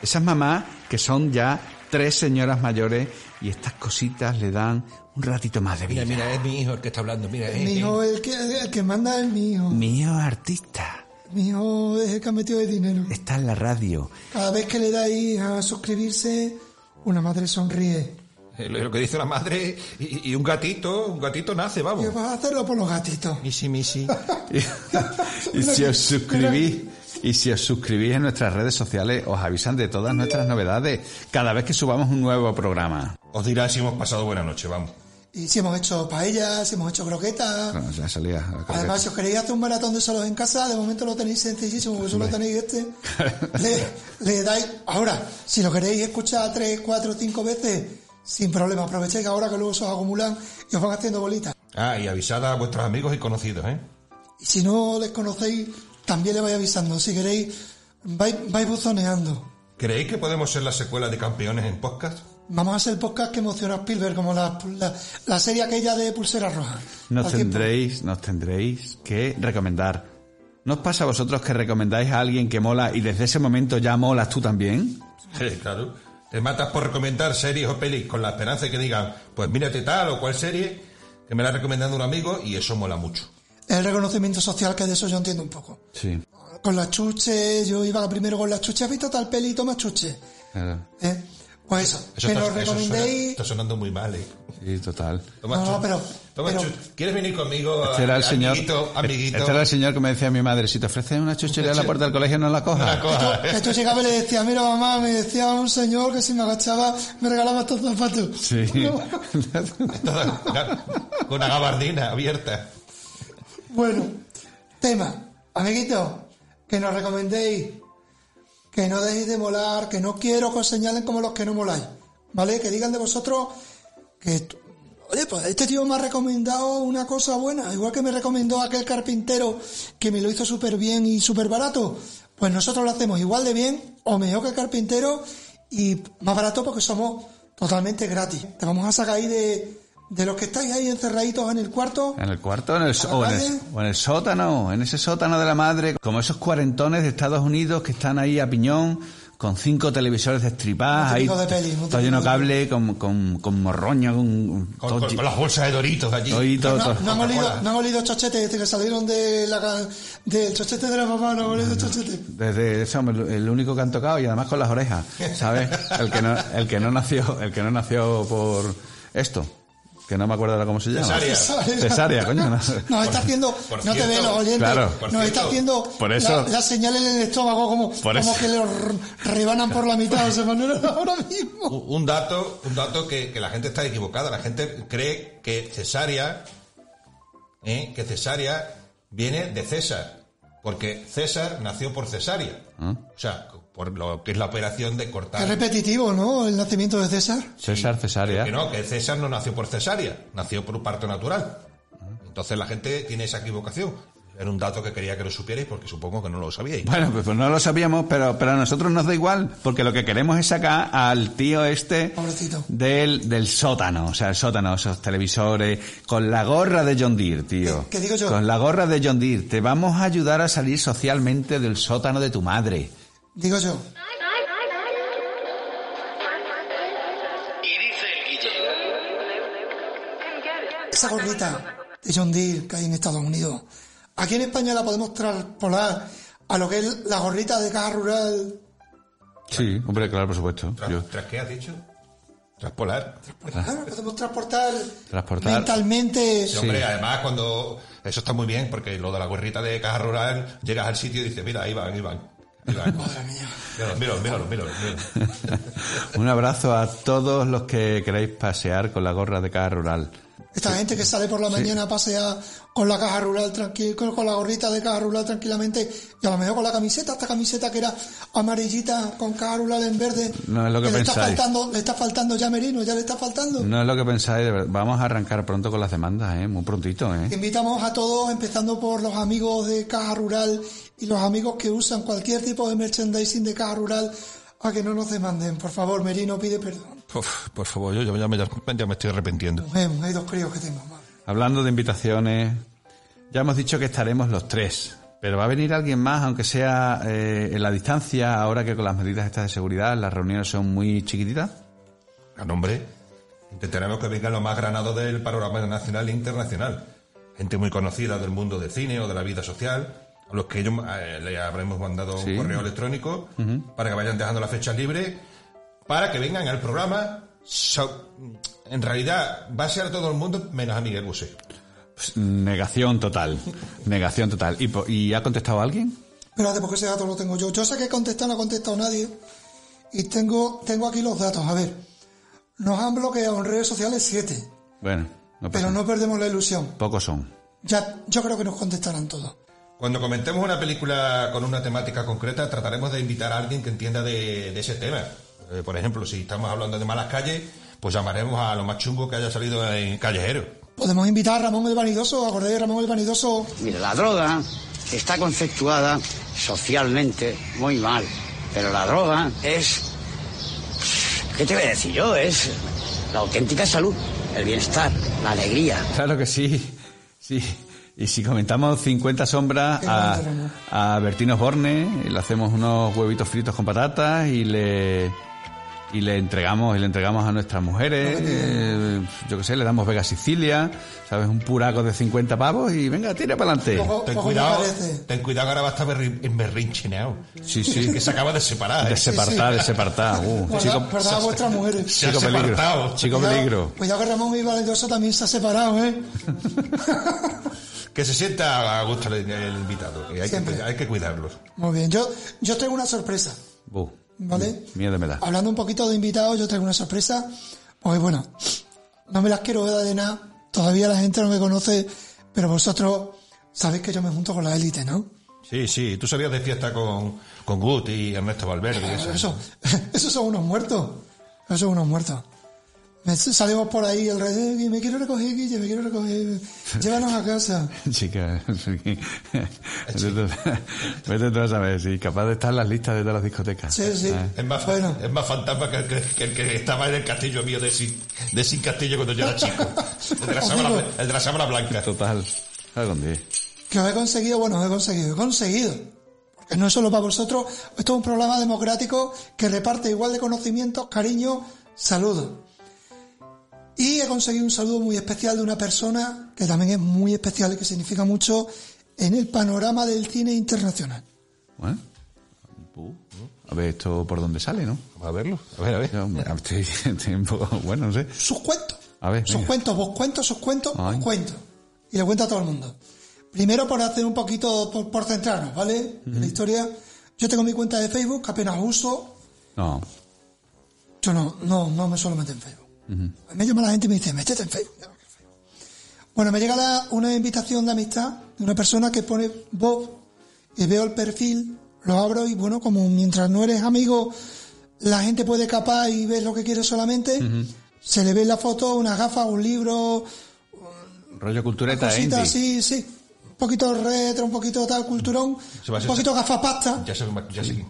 S3: Esas mamás que son ya tres señoras mayores y estas cositas le dan un ratito más de vida.
S2: Mira, mira, es mi hijo el que está hablando. Mira, eh,
S1: Mi
S2: eh.
S1: hijo es el que, el que manda es mi hijo.
S3: Mi hijo es artista.
S1: Mi hijo es el que ha metido de dinero.
S3: Está en la radio.
S1: Cada vez que le dais a suscribirse, una madre sonríe.
S2: Eh, Lo lo que dice la madre. Y, y un gatito, un gatito nace,
S1: Y
S2: vamos.
S1: vas a pues, hacerlo por los gatitos.
S2: Misi, misi.
S3: Y, y si os suscribís, y si os suscribís en nuestras redes sociales, os avisan de todas nuestras novedades cada vez que subamos un nuevo programa.
S2: Os dirá si hemos pasado buena noche, vamos.
S1: <laughs> Y si hemos hecho paellas, si hemos hecho croquetas,
S3: Bueno, ya salía, creo que-
S1: Además, si os queréis hacer un maratón de solos en casa, de momento lo tenéis sencillísimo, porque solo tenéis
S3: <laughs>
S1: este. Le, le dais, ahora, si lo queréis escuchar tres, cuatro, cinco veces, sin problema, aprovecháis que ahora que luego se os acumulan y os van haciendo bolitas.
S2: Ah, y avisad a vuestros amigos y conocidos, ¿eh?
S1: Y si no les conocéis, también le vais avisando. Si queréis, vais, vais buzoneando.
S2: ¿Creéis que podemos ser la secuela de campeones en podcast?
S1: Vamos a hacer podcast que emociona a Spielberg, como la, la, la serie aquella de Pulsera Roja.
S3: nos
S1: Al tiempo.
S3: tendréis, nos tendréis que recomendar. ¿No os pasa a vosotros que recomendáis a alguien que mola y desde ese momento ya molas tú también?
S2: Sí, claro. Te matas por recomendar series o pelis con la esperanza de que digan, pues mírate tal o cual serie que me la ha recomendado un amigo y eso mola mucho.
S1: El reconocimiento social, que de eso yo entiendo un poco.
S3: Sí.
S1: con la chuche, yo iba primero con la chuche, ¿has visto tal peli? Toma chuche.
S3: Claro.
S1: ¿Eh? Pues eso,
S2: Eso
S1: me
S2: está-
S1: lo
S2: eso suena-
S1: recomendéis.
S2: está sonando muy mal, eh.
S3: Sí, total.
S2: Toma,
S1: No, no,
S2: Chu-
S1: pero-
S2: toma,
S1: pero-
S2: Chu, ¿quieres venir conmigo?
S3: Este era el
S2: a-
S3: señor,
S2: Amiguito, amiguito.
S3: este era el señor que me decía mi madre, si te ofrecen una chuchería a la puerta del colegio no la cojas.
S2: Una cosa,
S1: Que Esto llegaba y le decía, mira mamá, me decía un señor que si me agachaba me regalaba estos zapatos.
S3: Sí. <laughs>
S2: toda- una- con una gabardina abierta.
S1: Bueno, tema. Amiguito, que nos recomendéis que no dejéis de molar, que no quiero que os señalen como los que no moláis. ¿Vale? Que digan de vosotros que, t- oye, pues este tío me ha recomendado una cosa buena, igual que me recomendó aquel carpintero que me lo hizo súper bien y súper barato. Pues nosotros lo hacemos igual de bien o mejor que el carpintero y más barato porque somos totalmente gratis. Te vamos a sacar ahí de, de los que estáis ahí encerraditos en el cuarto.
S3: En el cuarto en el, so- o, en el,
S1: ¿Vale?
S3: o en el sótano, en ese sótano de la madre, como esos cuarentones de Estados Unidos que están ahí a piñón, con cinco televisores destripados,
S1: Un
S3: ahí
S1: típico de peli, un
S3: todo lleno de
S1: típico de
S3: cable, con, con, con morroña, con,
S2: Con,
S3: todo
S2: con-
S3: lle-
S2: con las bolsas de doritos allí.
S3: todo-
S1: No,
S3: todo- todo-
S1: no han olido,
S2: Coca-Cola.
S1: no han olido chochetes desde que salieron de la, ca- del chochete de la mamá, no han olido chochetes.
S3: Desde eso, el único que han tocado y además con las orejas, ¿sabes? El que no, el que no nació, el que no nació por esto, que no me acuerdo ahora cómo se llama.
S2: Cesárea.
S3: Cesárea, coño. no.
S1: Nos está haciendo,
S2: por
S1: no te
S2: cierto,
S1: ve los oyentes,
S3: claro.
S2: por
S1: nos
S2: cierto,
S1: está haciendo
S3: por eso-
S1: la, la señal en el estómago como,
S3: Por
S1: como
S3: eso.
S1: que lo r- rebanan por la mitad,
S3: <laughs>
S1: José Manuel, ahora mismo.
S2: Un un dato, un dato que, que la gente está equivocada. La gente cree que cesárea, eh, que cesárea viene de César, porque César nació por cesárea. O sea, por lo que es la operación de
S1: Qué
S2: cortar.
S1: repetitivo, ¿no? El nacimiento de César.
S3: César, cesárea.
S2: Que no, que César no nació por cesárea, nació por un parto natural. Entonces la gente tiene esa equivocación. Era un dato que quería que lo supierais porque supongo que no lo sabíais.
S3: Bueno, pues, pues no lo sabíamos, pero, pero a nosotros nos da igual, porque lo que queremos es sacar al tío este
S1: Pobrecito.
S3: del, del sótano, o sea, el sótano, esos televisores, con la gorra de John Deere, tío.
S1: ¿Qué- qué digo yo?
S3: Con la gorra de John Deere, te vamos a ayudar a salir socialmente del sótano de tu madre.
S1: Digo yo,
S7: Y dice el Guille.
S1: esa gorrita de John Deere que hay en Estados Unidos, aquí en España la podemos traspolar a lo que es la gorrita de caja rural
S3: Sí, hombre, claro, por supuesto.
S2: Tras-
S3: Yo-
S2: ¿Tras qué has dicho? Traspolar.
S1: Pues claro, podemos transportar,
S3: Ah. Transportar.
S1: mentalmente.
S2: Sí, hombre, además cuando... Eso está muy bien, porque lo de la gorrita de caja rural, llegas al sitio y dices, mira, ahí van, ahí van. Ahí van.
S1: Madre mía.
S2: Míralo, míralo, míralo, míralo, míralo.
S3: Un abrazo a todos los que queráis pasear con la gorra de cara rural.
S1: Esta gente que sale por la mañana a pasear con la caja rural tranquila, con, con la gorrita de caja rural tranquilamente, y a lo mejor con la camiseta, esta camiseta que era amarillita con caja rural en verde.
S3: No es lo que
S1: le está
S3: pensáis.
S1: faltando, le está faltando ya Merino, ya le está faltando.
S3: No es lo que pensáis, de verdad. vamos a arrancar pronto con las demandas, ¿eh? muy prontito. ¿eh?
S1: Invitamos a todos, empezando por los amigos de Caja Rural y los amigos que usan cualquier tipo de merchandising de Caja Rural, a que no nos demanden. Por favor, Merino pide perdón.
S2: Uf, por favor, yo, yo ya, me, ya me estoy arrepintiendo.
S1: Mujer, mujer, hay dos críos que tengo, madre.
S3: Hablando de invitaciones, ya hemos dicho que estaremos los tres, pero va a venir alguien más, aunque sea eh, en la distancia, ahora que con las medidas estas de seguridad las reuniones son muy chiquititas.
S2: A nombre, Ah, intentaremos que vengan los más granados del panorama nacional e internacional. Gente muy conocida del mundo del cine o de la vida social, a los que ellos eh, le habremos mandado
S3: Sí.
S2: un correo electrónico para que vayan dejando las fechas libres, para que vengan al programa. So- en realidad, va a ser a todo el mundo menos a Miguel Buse.
S3: Pues, negación total, negación total. ¿Y, po- y ha contestado alguien?
S1: Espérate, porque ese dato lo tengo yo. Yo sé que he contestado, no ha contestado nadie. Y tengo, tengo aquí los datos. A ver, nos han bloqueado en redes sociales siete,
S3: Bueno, no pasa
S1: pero
S3: nada.
S1: no perdemos la ilusión.
S3: pocos son.
S1: Ya, yo creo que nos contestarán todos.
S2: Cuando comentemos una película con una temática concreta, trataremos de invitar a alguien que entienda de, de ese tema. Eh, por ejemplo, si estamos hablando de malas calles, pues llamaremos a lo más chungo que haya salido en Callejero.
S1: Podemos invitar a Ramón el Vanidoso, acordáis de Ramón el Vanidoso,
S8: Mira, la droga está conceptuada socialmente muy mal, pero la droga es, ¿qué te voy a decir yo? Es la auténtica salud, el bienestar, la alegría.
S3: Claro que sí, sí. Y si comentamos 50 sombras
S1: Qué
S3: a, eh,
S1: grande, Ramón.
S3: a Bertino Borne, le hacemos unos huevitos fritos con patatas y le, y le entregamos y le entregamos a nuestras mujeres, eh, yo qué sé, le damos Vega Sicilia, sabes, un puraco de 50 pavos y venga, tira para adelante.
S1: Poco-
S2: Ten
S1: poco Oh, me
S2: cuidado,
S1: parece.
S2: ten cuidado que ahora va a estar berri- en berrinchineado.
S3: Sí,
S2: <laughs>
S3: sí.
S2: Que se acaba de separar, ¿eh? Se
S3: Desepartar, desepartar. Uh,
S1: Guarda-
S3: chico,
S1: guardad a vuestras mujeres.
S2: ha
S3: chico peligro.
S2: separado.
S3: Chico <laughs> peligro.
S1: Cuidado que Ramón y Valentosa también se ha separado, ¿eh?
S2: Que se sienta a gusto el, el invitado. Y hay, que,
S1: Siempre.
S2: cuida- hay que cuidarlos.
S1: Muy bien, yo, yo os traigo una sorpresa,
S3: Uh,
S1: ¿vale?
S3: miedo me da.
S1: Hablando un poquito de invitados, yo traigo una sorpresa. Pues bueno, no me las quiero dar de nada. Todavía la gente no me conoce, pero vosotros sabéis que yo me junto con la élite, ¿no?
S2: Sí, sí. Tú sabías de fiesta con, con Gut y Ernesto Valverde. y eso.
S1: Eso, <laughs> esos son unos muertos. Esos son unos muertos. Me- salimos por ahí, el rey, "Eh, me quiero recoger, Guille, me quiero recoger. Llévanos a casa.
S3: <laughs> Chica, vete
S1: Ah,
S3: tú- vete tú a saber si capaz de estar en las listas de todas las discotecas.
S1: Sí, sí.
S2: Es más,
S1: Bueno,
S2: es más fantasma que el que, que el que estaba en el castillo mío de Sin, de Sin Castillo cuando yo era chico. El de la
S1: Os
S2: sábana,
S1: digo.
S2: blan- el de la sábana blanca.
S3: Total. Algún día.
S1: que os he conseguido, bueno, os he conseguido, he conseguido. Porque no es solo para vosotros, esto es un programa democrático que reparte igual de conocimientos, cariño, saludos. Y he conseguido un saludo muy especial de una persona que también es muy especial y que significa mucho en el panorama del cine internacional.
S3: Bueno. Uh, ¿Eh? A ver esto por dónde sale, ¿no?
S2: Vamos a verlo. A ver, a ver.
S3: Yo, mira, estoy, <laughs> estoy un poco, bueno, no sé.
S1: sus cuentos.
S3: A ver,
S1: sus
S3: venga.
S1: cuentos, vos cuentos, sus cuentos,
S3: Ay.
S1: vos cuentos. Y le cuento a todo el mundo. Primero por hacer un poquito, por, por centrarnos, ¿vale? En La historia. Yo tengo mi cuenta de Facebook, que apenas uso.
S3: No.
S1: Yo no, no, no me suelo meter en Facebook. Me llama la gente y me dice, métete en Facebook. métete en Facebook". Bueno, me llega la- una invitación de amistad de una persona que pone Bob y veo el perfil, lo abro y bueno, como mientras no eres amigo, la gente puede capar y ves lo que quiere solamente. Se le ve en la foto, unas gafas, un libro,
S3: Rollo cultureta, ¿eh?
S1: cositas así, sí. Un poquito retro, un poquito tal, culturón,
S2: Se va a
S1: un
S2: ser-
S1: poquito gafapasta.
S2: Ya sé, ya sé.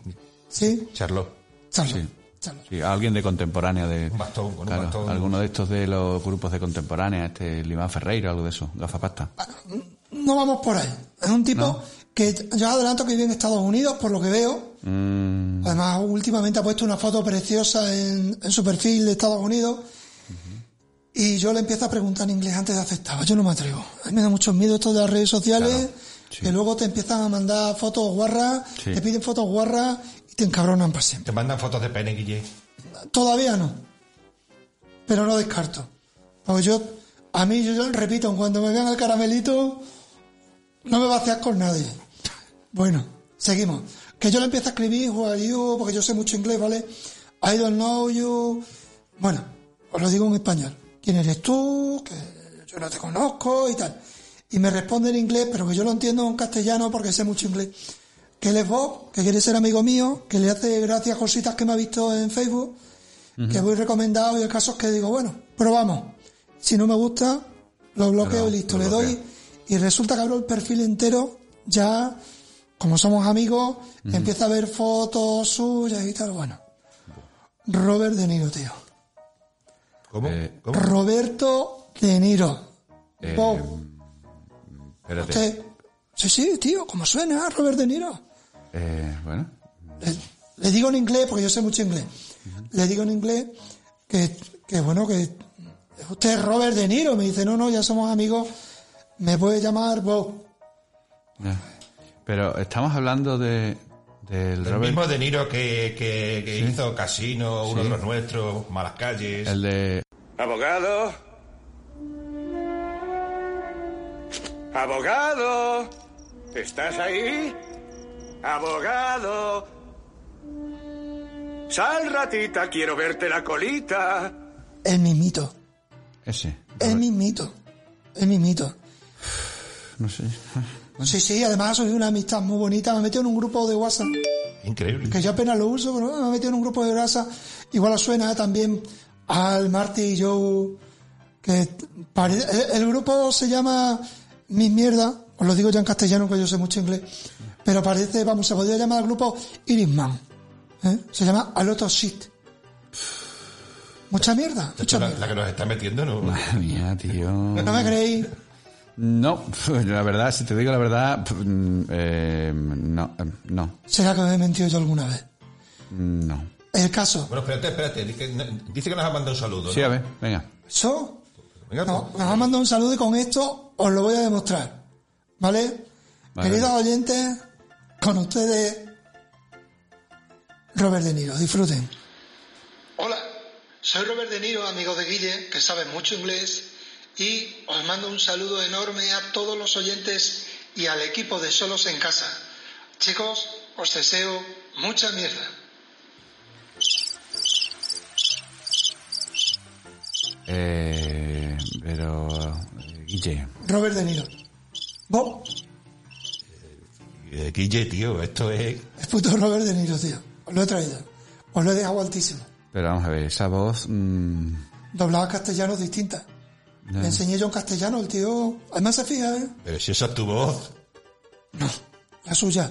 S1: Sí,
S2: Charlot.
S1: charlo,
S3: Sí.
S1: charlo.
S3: Sí, alguien de contemporánea de
S2: Un bastón, con un
S3: Claro,
S2: bastón.
S3: alguno de estos de los grupos de contemporánea este Limán Ferreiro algo de eso gafapasta
S1: Ah, No vamos por ahí. Es un tipo que yo adelanto que vive en Estados Unidos, por lo que veo. Además, últimamente ha puesto una foto preciosa en, en su perfil de Estados Unidos. Y yo le empiezo a preguntar en inglés antes de aceptar. Yo no me atrevo. A mí me da mucho miedo esto de las redes sociales. Que luego te empiezan a mandar fotos guarras,
S3: Sí.
S1: te piden fotos guarras y te encabronan para siempre.
S2: Te mandan fotos de pene, Guille.
S1: Todavía no. Pero no descarto. Porque yo, a mí, yo, yo repito, cuando me vean el caramelito, no me vacias con nadie. Bueno, seguimos. Que yo le empiezo a escribir, who are you, porque yo sé mucho inglés, ¿vale? I don't know you. Bueno, os lo digo en español. ¿Quién eres tú? Que yo no te conozco y tal. Y me responde en inglés, pero que yo lo entiendo en castellano porque sé mucho inglés. Que él es Bob, que quiere ser amigo mío, que le hace gracias cositas que me ha visto en Facebook que voy recomendado y el caso es que digo, bueno, probamos. Si no me gusta, lo bloqueo y listo, le doy. Y resulta que abro el perfil entero, ya, como somos amigos, empieza a ver fotos suyas y tal. Bueno, Robert De Niro, tío.
S2: ¿Cómo?
S3: Eh,
S2: ¿Cómo?
S1: Roberto De Niro.
S3: Eh,
S1: Bob,
S3: espérate
S1: usted- Sí, sí, tío, como suena, Robert De Niro.
S3: Eh, bueno
S1: le, le digo en inglés, porque yo sé mucho inglés, le digo en inglés que, que, bueno, que usted es Robert De Niro, me dice, no, no, ya somos amigos, me puede llamar Bob.
S3: ya. pero estamos hablando de del
S2: El
S3: Robert-
S2: mismo De Niro que, que, que hizo Casino, uno de los nuestros, Malas Calles.
S3: el de
S9: Abogado. Abogado. ¿Estás ahí? Abogado. Sal ratita, quiero verte la colita.
S1: El mismito,
S3: ese
S1: el mismito, el mismito.
S3: no sé <laughs>
S1: Sí, sí, además soy una amistad muy bonita, me metió en un grupo de WhatsApp,
S2: Increíble.
S1: que yo apenas lo uso, pero me metió en un grupo de WhatsApp, igual os suena también al Marty y Joe, que pare- el, el grupo se llama Mis Mierda, os lo digo ya en castellano que yo sé mucho inglés, pero parece, vamos, se podría llamar al grupo Irisman. Se llama A Lot of Shit. Mucha mierda,
S2: De
S1: mucha
S2: hecho, la,
S1: mierda.
S2: la que nos está metiendo, ¿no?
S3: madre mía tío
S1: No me creéis.
S3: no <laughs> la verdad si te digo la verdad pf, mm, eh, no eh, no
S2: Mm,
S1: ¿Será que me he mentido yo alguna vez?
S3: no
S1: El caso.
S2: Bueno, espérate, espérate. Dice que, dice que nos ha mandado un saludo. ¿no?
S3: Sí, a ver, venga.
S1: Eso
S2: Venga,
S1: No,
S2: pues.
S1: nos ha mandado un saludo y con esto os lo voy a demostrar. ¿Vale?
S3: Vale.
S1: Queridos oyentes, con ustedes Robert De Niro. Disfruten. Hola, soy Robert De Niro, amigo de Guille, que sabe mucho inglés, y os mando un saludo enorme a todos los oyentes y al equipo de Solos en Casa. Chicos, os deseo mucha mierda.
S3: Eh, pero... eh, Guille,
S1: Robert De Niro. Bob,
S2: Eh, Guille, tío, esto es...
S1: es puto Robert De Niro, tío. Os lo he traído. Os lo he dejado altísimo.
S3: pero vamos a ver, esa voz... mm,
S1: doblaba castellanos distintas. Le enseñé yo en castellano, el tío. Además se fija, ¿eh?
S2: Pero si esa es tu voz.
S1: La suya.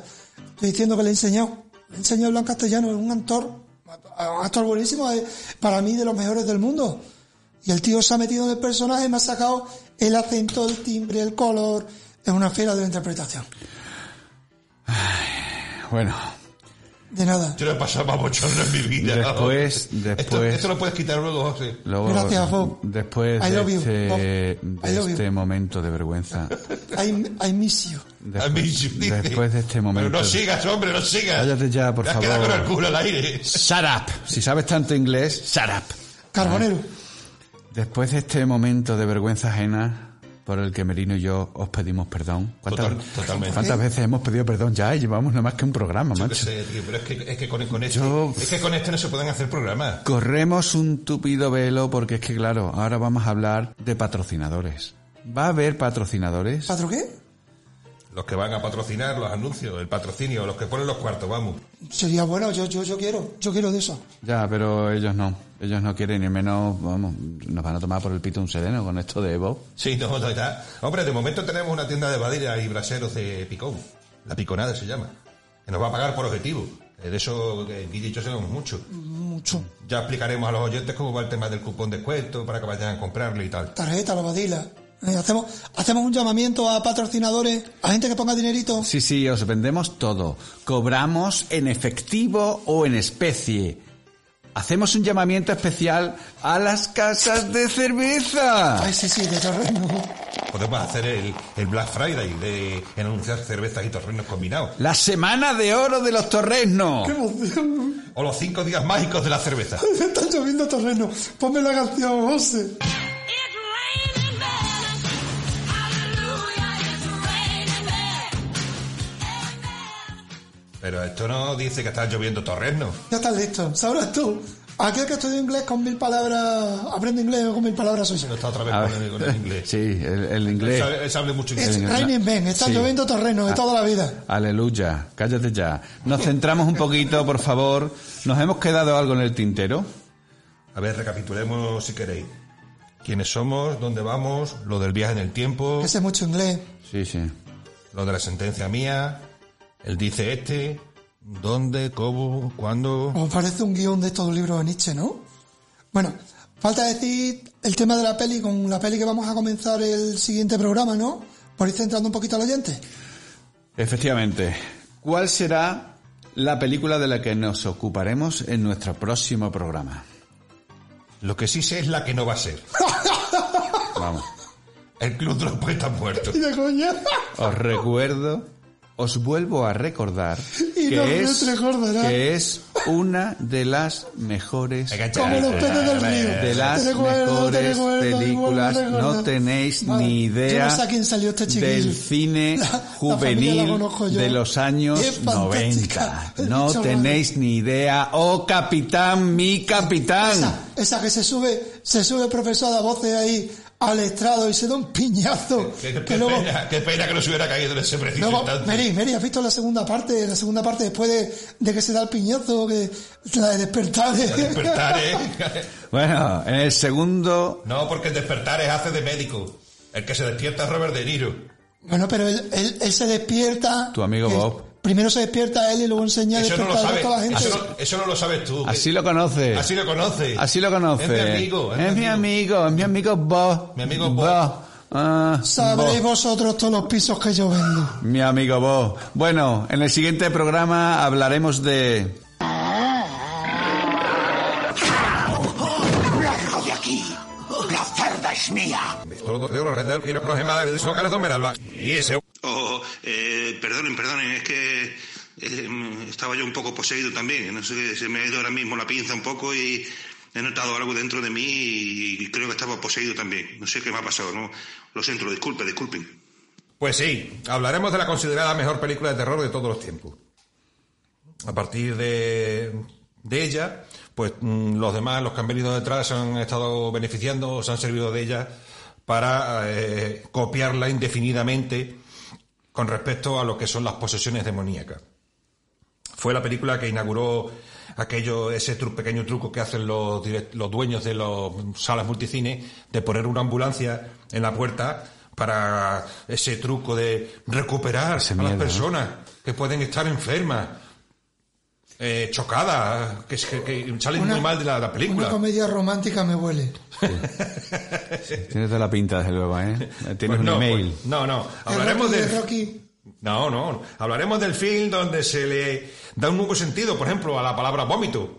S1: Estoy diciendo que le he enseñado. Le he enseñado a hablar en castellano, es un actor. Un actor buenísimo, eh, para mí de los mejores del mundo. Y el tío se ha metido en el personaje, me ha sacado el acento, el timbre, el color. Es una fiera de la interpretación.
S3: bueno,
S1: De nada.
S2: Yo no he pasado más bochorno en mi vida.
S3: Después,
S2: Esto,
S3: después-
S2: esto lo puedes quitar luego, José.
S3: luego...
S1: Gracias, Bob.
S3: Después
S1: I love
S3: de
S1: you, Bob.
S3: este,
S1: I
S3: de
S1: love you.
S3: este momento de vergüenza...
S1: I, I miss you.
S2: <laughs> A mí, sí,
S3: Después,
S2: dice.
S3: después de este momento...
S2: Pero no sigas, hombre, no sigas.
S3: Cállate ya, por
S2: Te has
S3: favor.
S2: quedado con el culo al aire.
S3: Shut up. Si sabes tanto inglés, shut up.
S1: Carbonero.
S3: Después de este momento de vergüenza ajena por el que Merino y yo os pedimos perdón. ¿Cuántas,
S2: Total- totalmente.
S3: cuántas veces hemos pedido perdón ya? Y llevamos nada más que un programa,
S2: No
S3: macho.
S2: sé, tío, pero es que, es que con, con este,
S3: Yo-
S2: es que con este no se pueden hacer programas.
S3: Corremos un tupido velo porque es que, claro, ahora vamos a hablar de patrocinadores. ¿Va a haber patrocinadores?
S1: ¿Patro qué?
S2: Los que van a patrocinar los anuncios, el patrocinio, los que ponen los cuartos, vamos.
S1: Sería bueno, yo, yo, yo quiero. Yo quiero de eso.
S3: Ya, pero ellos no. Ellos no quieren, y menos, vamos, nos van a tomar por el pito un sedeno con esto de Bob.
S2: Sí, no, no, ya. Hombre, de momento tenemos una tienda de vadillas y braseros de picón. La piconada se llama. Que nos va a pagar por objetivo. Eh, De eso, eh, Guille y yo sabemos mucho.
S1: Mucho.
S2: Ya explicaremos a los oyentes cómo va el tema del cupón de descuento para que vayan a comprarlo y tal.
S1: tarjeta, la badila. Eh, hacemos, hacemos un llamamiento a patrocinadores, a gente que ponga dinerito.
S3: Sí, sí, os vendemos todo. Cobramos en efectivo o en especie. Hacemos un llamamiento especial a las casas de cerveza.
S1: Ay, sí, sí, de terreno.
S2: Podemos hacer el, el Black Friday de, en anunciar cervezas y torrenos combinados.
S3: La semana de oro de los torresnos.
S1: ¡Qué emoción!
S2: O los cinco días mágicos de la cerveza.
S1: Están lloviendo terreno. Ponme la canción, José.
S2: Pero esto no dice que está lloviendo torrenos.
S1: Ya estás listo. Sabrás tú. Aquel que estudia inglés con mil palabras, aprende inglés con mil palabras soy yo.
S2: No está otra vez
S3: A
S2: con
S3: ver.
S2: el, con el inglés.
S3: Sí, el, el
S2: Él
S3: inglés.
S2: sabe, él sabe mucho
S1: Es
S2: inglés.
S1: Raining Ben, está
S3: Sí.
S1: lloviendo terreno de toda la vida.
S3: Aleluya, cállate ya. Nos centramos un poquito, por favor. ¿Nos hemos quedado algo en el tintero?
S2: A ver, recapitulemos si queréis. ¿Quiénes somos? ¿Dónde vamos? Lo del viaje en el tiempo.
S1: Ese es mucho inglés.
S3: Sí, sí.
S2: Lo de la sentencia mía. Él dice este. ¿Dónde? ¿Cómo? ¿Cuándo?
S1: Os parece un guión de estos de un libro de Nietzsche, ¿no? Bueno, falta decir el tema de la peli, con la peli que vamos a comenzar el siguiente programa, ¿no? Por ir centrando un poquito al oyente. <laughs>
S3: Efectivamente. ¿Cuál será la película de la que nos ocuparemos en nuestro próximo programa?
S2: Lo que sí sé es la que no va a ser.
S3: Vamos.
S2: El club de los poetas muertos.
S1: Y de coña.
S3: Os recuerdo, os vuelvo a recordar
S1: <laughs> Y
S3: que,
S1: no me
S3: es,
S1: recordará.
S3: que es una de las mejores,
S2: Venga, ya.
S1: Como los peces del río.
S3: de las
S1: Te recuerdo, te
S3: mejores
S1: recuerdo, te
S3: películas.
S1: recuerdo.
S3: No tenéis
S1: Vale,
S3: ni idea
S1: Yo no sé a quién salió este chiquillo.
S3: del
S1: <laughs>
S3: cine
S1: La- la familia la
S3: juvenil
S1: conozco yo.
S3: de los años
S1: Es fantástica. <laughs>
S3: 90. No
S1: Chaval.
S3: tenéis ni idea. Oh, capitán, mi
S1: Esa,
S3: capitán.
S1: esa que se sube, se sube el profesor a voces ahí al estrado y se da un piñazo.
S2: Qué, qué
S1: que luego,
S2: pena, qué pena que no se hubiera caído en ese preciso
S1: luego,
S2: instante.
S1: Mary, Mary, ¿has visto la segunda parte? La segunda parte después de, de que se da el piñazo, que la de despertar. ¿eh?
S2: Despertar, ¿eh?
S3: Bueno, en el segundo...
S2: No, porque el despertar es hace de médico. El que se despierta es Robert De Niro.
S1: <laughs> Bueno, pero él, él, él se despierta.
S3: Tu amigo
S1: que
S3: Bob.
S1: Primero se despierta él y luego enseña a
S2: Eso no lo
S1: despertar a
S2: sabes.
S1: toda la gente.
S2: Eso, no- eso no lo sabes tú.
S3: Así lo conoces.
S2: Así lo conoces.
S3: Así lo conoce.
S2: Es mi amigo.
S3: Es mi amigo, es mi amigo Bo.
S2: Mi amigo
S3: Bo.
S2: Bo.
S3: Ah,
S1: Sabréis
S3: Bo.
S1: vosotros todos los pisos que yo vendo.
S3: Mi amigo Bo. Bueno, en el siguiente programa hablaremos de...
S10: aquí. La cerda es mía.
S2: Y ese.
S11: Oh, eh, perdonen, perdonen, es que eh, estaba yo un poco poseído también. No sé, se me ha ido ahora mismo la pinza un poco y he notado algo dentro de mí y, creo que estaba poseído también. No sé qué me ha pasado, ¿no? Lo siento, lo disculpe, disculpen.
S2: Pues sí, hablaremos de la considerada mejor película de terror de todos los tiempos. A partir de, de ella, pues mm, los demás, los que han venido detrás, se han estado beneficiando o se han servido de ella para eh, copiarla indefinidamente con respecto a lo que son las posesiones demoníacas. Fue la película que inauguró aquello, ese tru- pequeño truco que hacen los, direct- los dueños de las salas multicines de poner una ambulancia en la puerta para ese truco de recuperar a
S3: miedo,
S2: las
S3: ¿no?
S2: personas que pueden estar enfermas, eh, chocadas, que, que- que salen
S1: Una-
S2: muy mal de la, la
S1: Una
S2: película.
S1: comedia romántica me huele.
S3: Tienes toda la pinta, desde luego,
S2: <laughs>
S3: ¿eh? Tienes
S2: Pues
S3: un
S2: no,
S3: email.
S2: pues- no, no. Hablaremos
S1: El Rocky
S2: de...
S1: Rocky.
S2: No, no. Hablaremos del film donde se le da un nuevo sentido, por ejemplo, a la palabra vómito.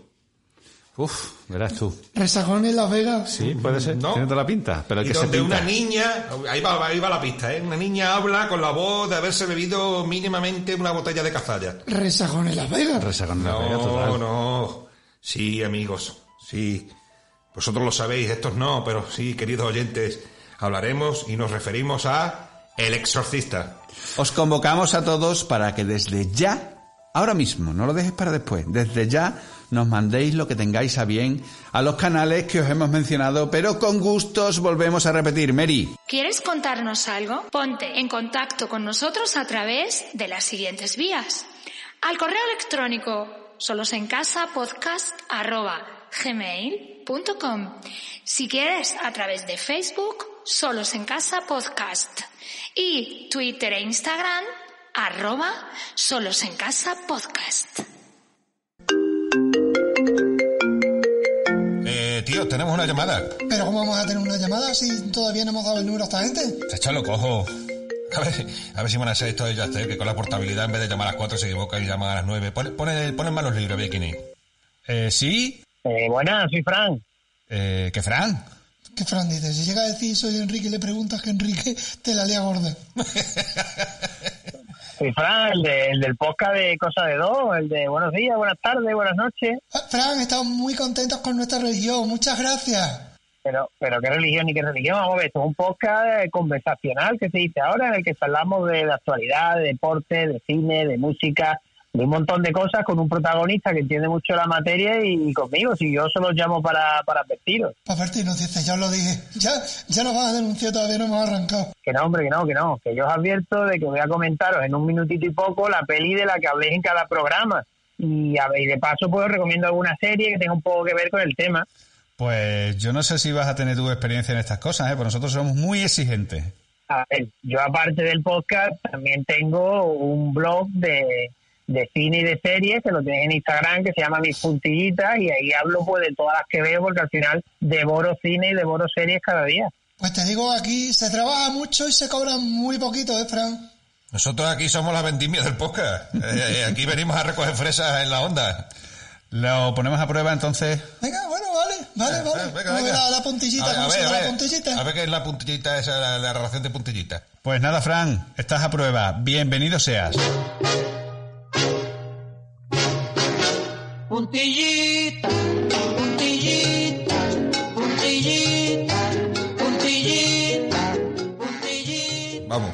S3: Uf, verás tú.
S1: Resagón en Las Vegas.
S3: Sí, puede ser.
S2: Mm, No.
S3: Tiene toda la pinta. Pero el
S2: y
S3: que se
S2: donde
S3: pinta.
S2: una niña, ahí va, ahí va la pista, ¿eh? Una niña habla con la voz de haberse bebido mínimamente una botella de cazalla.
S1: Resagón en Las Vegas.
S3: Resacando la pega
S2: No,
S3: total.
S2: no. Sí, amigos. Sí. Vosotros lo sabéis, estos no, pero sí, queridos oyentes, hablaremos y nos referimos a El Exorcista.
S3: Os convocamos a todos para que desde ya, ahora mismo, no lo dejes para después, desde ya nos mandéis lo que tengáis a bien a los canales que os hemos mencionado, pero con gusto os volvemos a repetir, Mary.
S4: ¿Quieres contarnos algo? Ponte en contacto con nosotros a través de las siguientes vías. Al correo electrónico solosencasapodcast.gmail.com Si quieres, a través de Facebook, Solos en Casa Podcast. Y Twitter e Instagram, arroba Solos en Casa Podcast.
S2: Eh, tío, tenemos una llamada.
S1: Pero ¿cómo vamos a tener una llamada si todavía no hemos dado el número a esta gente?
S2: Te echa lo cojo. A ver, a ver si van a ser esto de Yastel, que con la portabilidad en vez de llamar a las 4 se equivoca y llama a las 9. Pon, pon, el- pon en manos libres, a ver quién es. Eh, ¿Sí?
S10: buenas, soy Frank.
S2: Eh, ¿Qué, Fran?
S1: Que Fran dice, si llega a decir soy Enrique y le preguntas que Enrique te la lea gorda.
S10: Soy Frank, el, de- el del podcast de Cosa de Dos, el de Buenos días, buenas tardes, buenas noches.
S1: Ah, Fran, estamos muy contentos con nuestra religión, muchas gracias.
S10: Pero, pero qué religión ni qué religión, vamos a ver, esto es un podcast eh, conversacional que se dice ahora, en el que hablamos de la actualidad, de deporte, de cine, de música, de un montón de cosas con un protagonista que entiende mucho la materia y, y conmigo, si yo solo llamo para, para advertiros.
S1: Para verte Pues nos dice, ya os lo dije, ya, ya nos vas a denunciar, todavía no hemos arrancado.
S10: Que no, hombre, que no, que no, que yo os advierto de que voy a comentaros en un minutito y poco la peli de la que habléis en cada programa. Y, a ver, y de paso, pues os recomiendo alguna serie que tenga un poco que ver con el tema.
S3: Pues yo no sé si vas a tener tu experiencia en estas cosas, ¿eh? Porque nosotros somos muy exigentes.
S10: A ver, yo aparte del podcast también tengo un blog de, de cine y de series que lo tenéis en Instagram que se llama Mis Puntillitas y ahí hablo pues de todas las que veo porque al final devoro cine y devoro series cada día.
S1: Pues te digo, aquí se trabaja mucho y se cobra muy poquito, ¿eh, Fran?
S2: Nosotros aquí somos la vendimia del podcast. Eh, eh, aquí venimos a recoger fresas en la onda.
S3: Lo ponemos a prueba entonces.
S1: Venga, bueno, vale, vale,
S2: Eh,
S1: vale. Como La, la puntillita,
S2: a,
S1: ¿cómo se
S2: ver, a
S1: llama
S2: ver,
S1: la puntillita?
S2: A ver qué es la puntillita esa, la, la relación de puntillita.
S3: Pues nada, Fran, estás a prueba. Bienvenido seas.
S7: Puntillita, puntillita, puntillita, puntillita, puntillita.
S2: Vamos,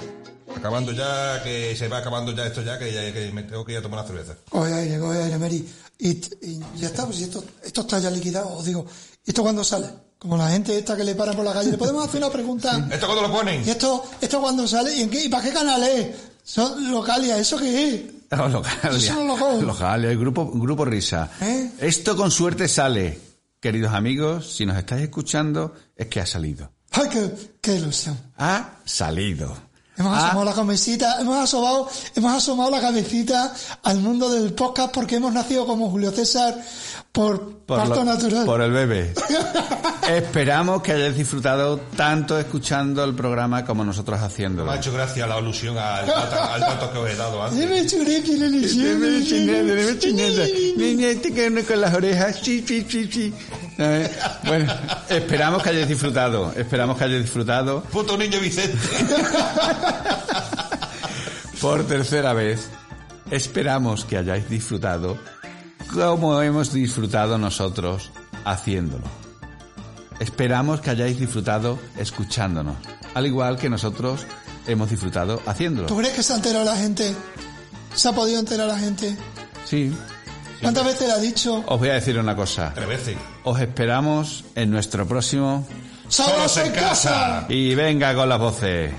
S2: acabando ya, que se va acabando ya esto ya, que, ya- que me tengo que ir a tomar una cerveza.
S1: Coge aire, coge aire, Mary. Y, y ya está, pues esto, esto está ya liquidado, os digo. ¿Esto cuándo sale? Como la gente esta que le para por la calle, le podemos hacer una pregunta.
S2: ¿Esto cuándo lo ponen?
S1: ¿Y esto, esto cuándo sale? ¿Y en qué? ¿Y para qué canal es? Son localias, ¿eso qué es?
S3: Lojalia.
S1: Eso no lo cojo.
S3: Lojalia, el grupo, grupo Risa.
S1: ¿Eh?
S3: Esto con suerte sale. Queridos amigos, si nos estáis escuchando, es que ha salido.
S1: ¡Ay, qué, qué ilusión!
S3: Ha salido.
S1: ¿Ah? Hemos
S3: Ha-
S1: asomado la cabecita, hemos asomado, hemos asomado la cabecita al mundo del podcast porque hemos nacido como Julio César por,
S3: por
S1: parto
S3: lo-
S1: natural.
S3: Por el
S1: <laughs>
S3: bebé. Esperamos que hayáis disfrutado tanto escuchando el programa como nosotros haciéndolo.
S2: Me ha hecho gracia la alusión <laughs> al dato, al dato que os he dado antes.
S1: Deme churete, le
S3: Deme
S1: lesión,
S3: chinete,
S1: le
S3: deme
S1: lesión.
S3: chinete. Niña, este que uno con las orejas. Sí, sí, sí, sí. Eh, Bueno, esperamos que hayáis disfrutado. Esperamos que hayáis disfrutado.
S2: Puto niño Vicente.
S3: Por tercera vez, esperamos que hayáis disfrutado como hemos disfrutado nosotros haciéndolo. Esperamos que hayáis disfrutado escuchándonos, al igual que nosotros hemos disfrutado haciéndolo.
S1: ¿Tú crees que se ha enterado la gente? ¿Se ha podido enterar la gente?
S3: Sí.
S1: ¿Cuántas veces le ha dicho?
S3: Os voy a decir una cosa.
S2: Tres veces.
S3: Os esperamos en nuestro próximo
S1: ¡Solos en casa!
S3: y venga con las voces.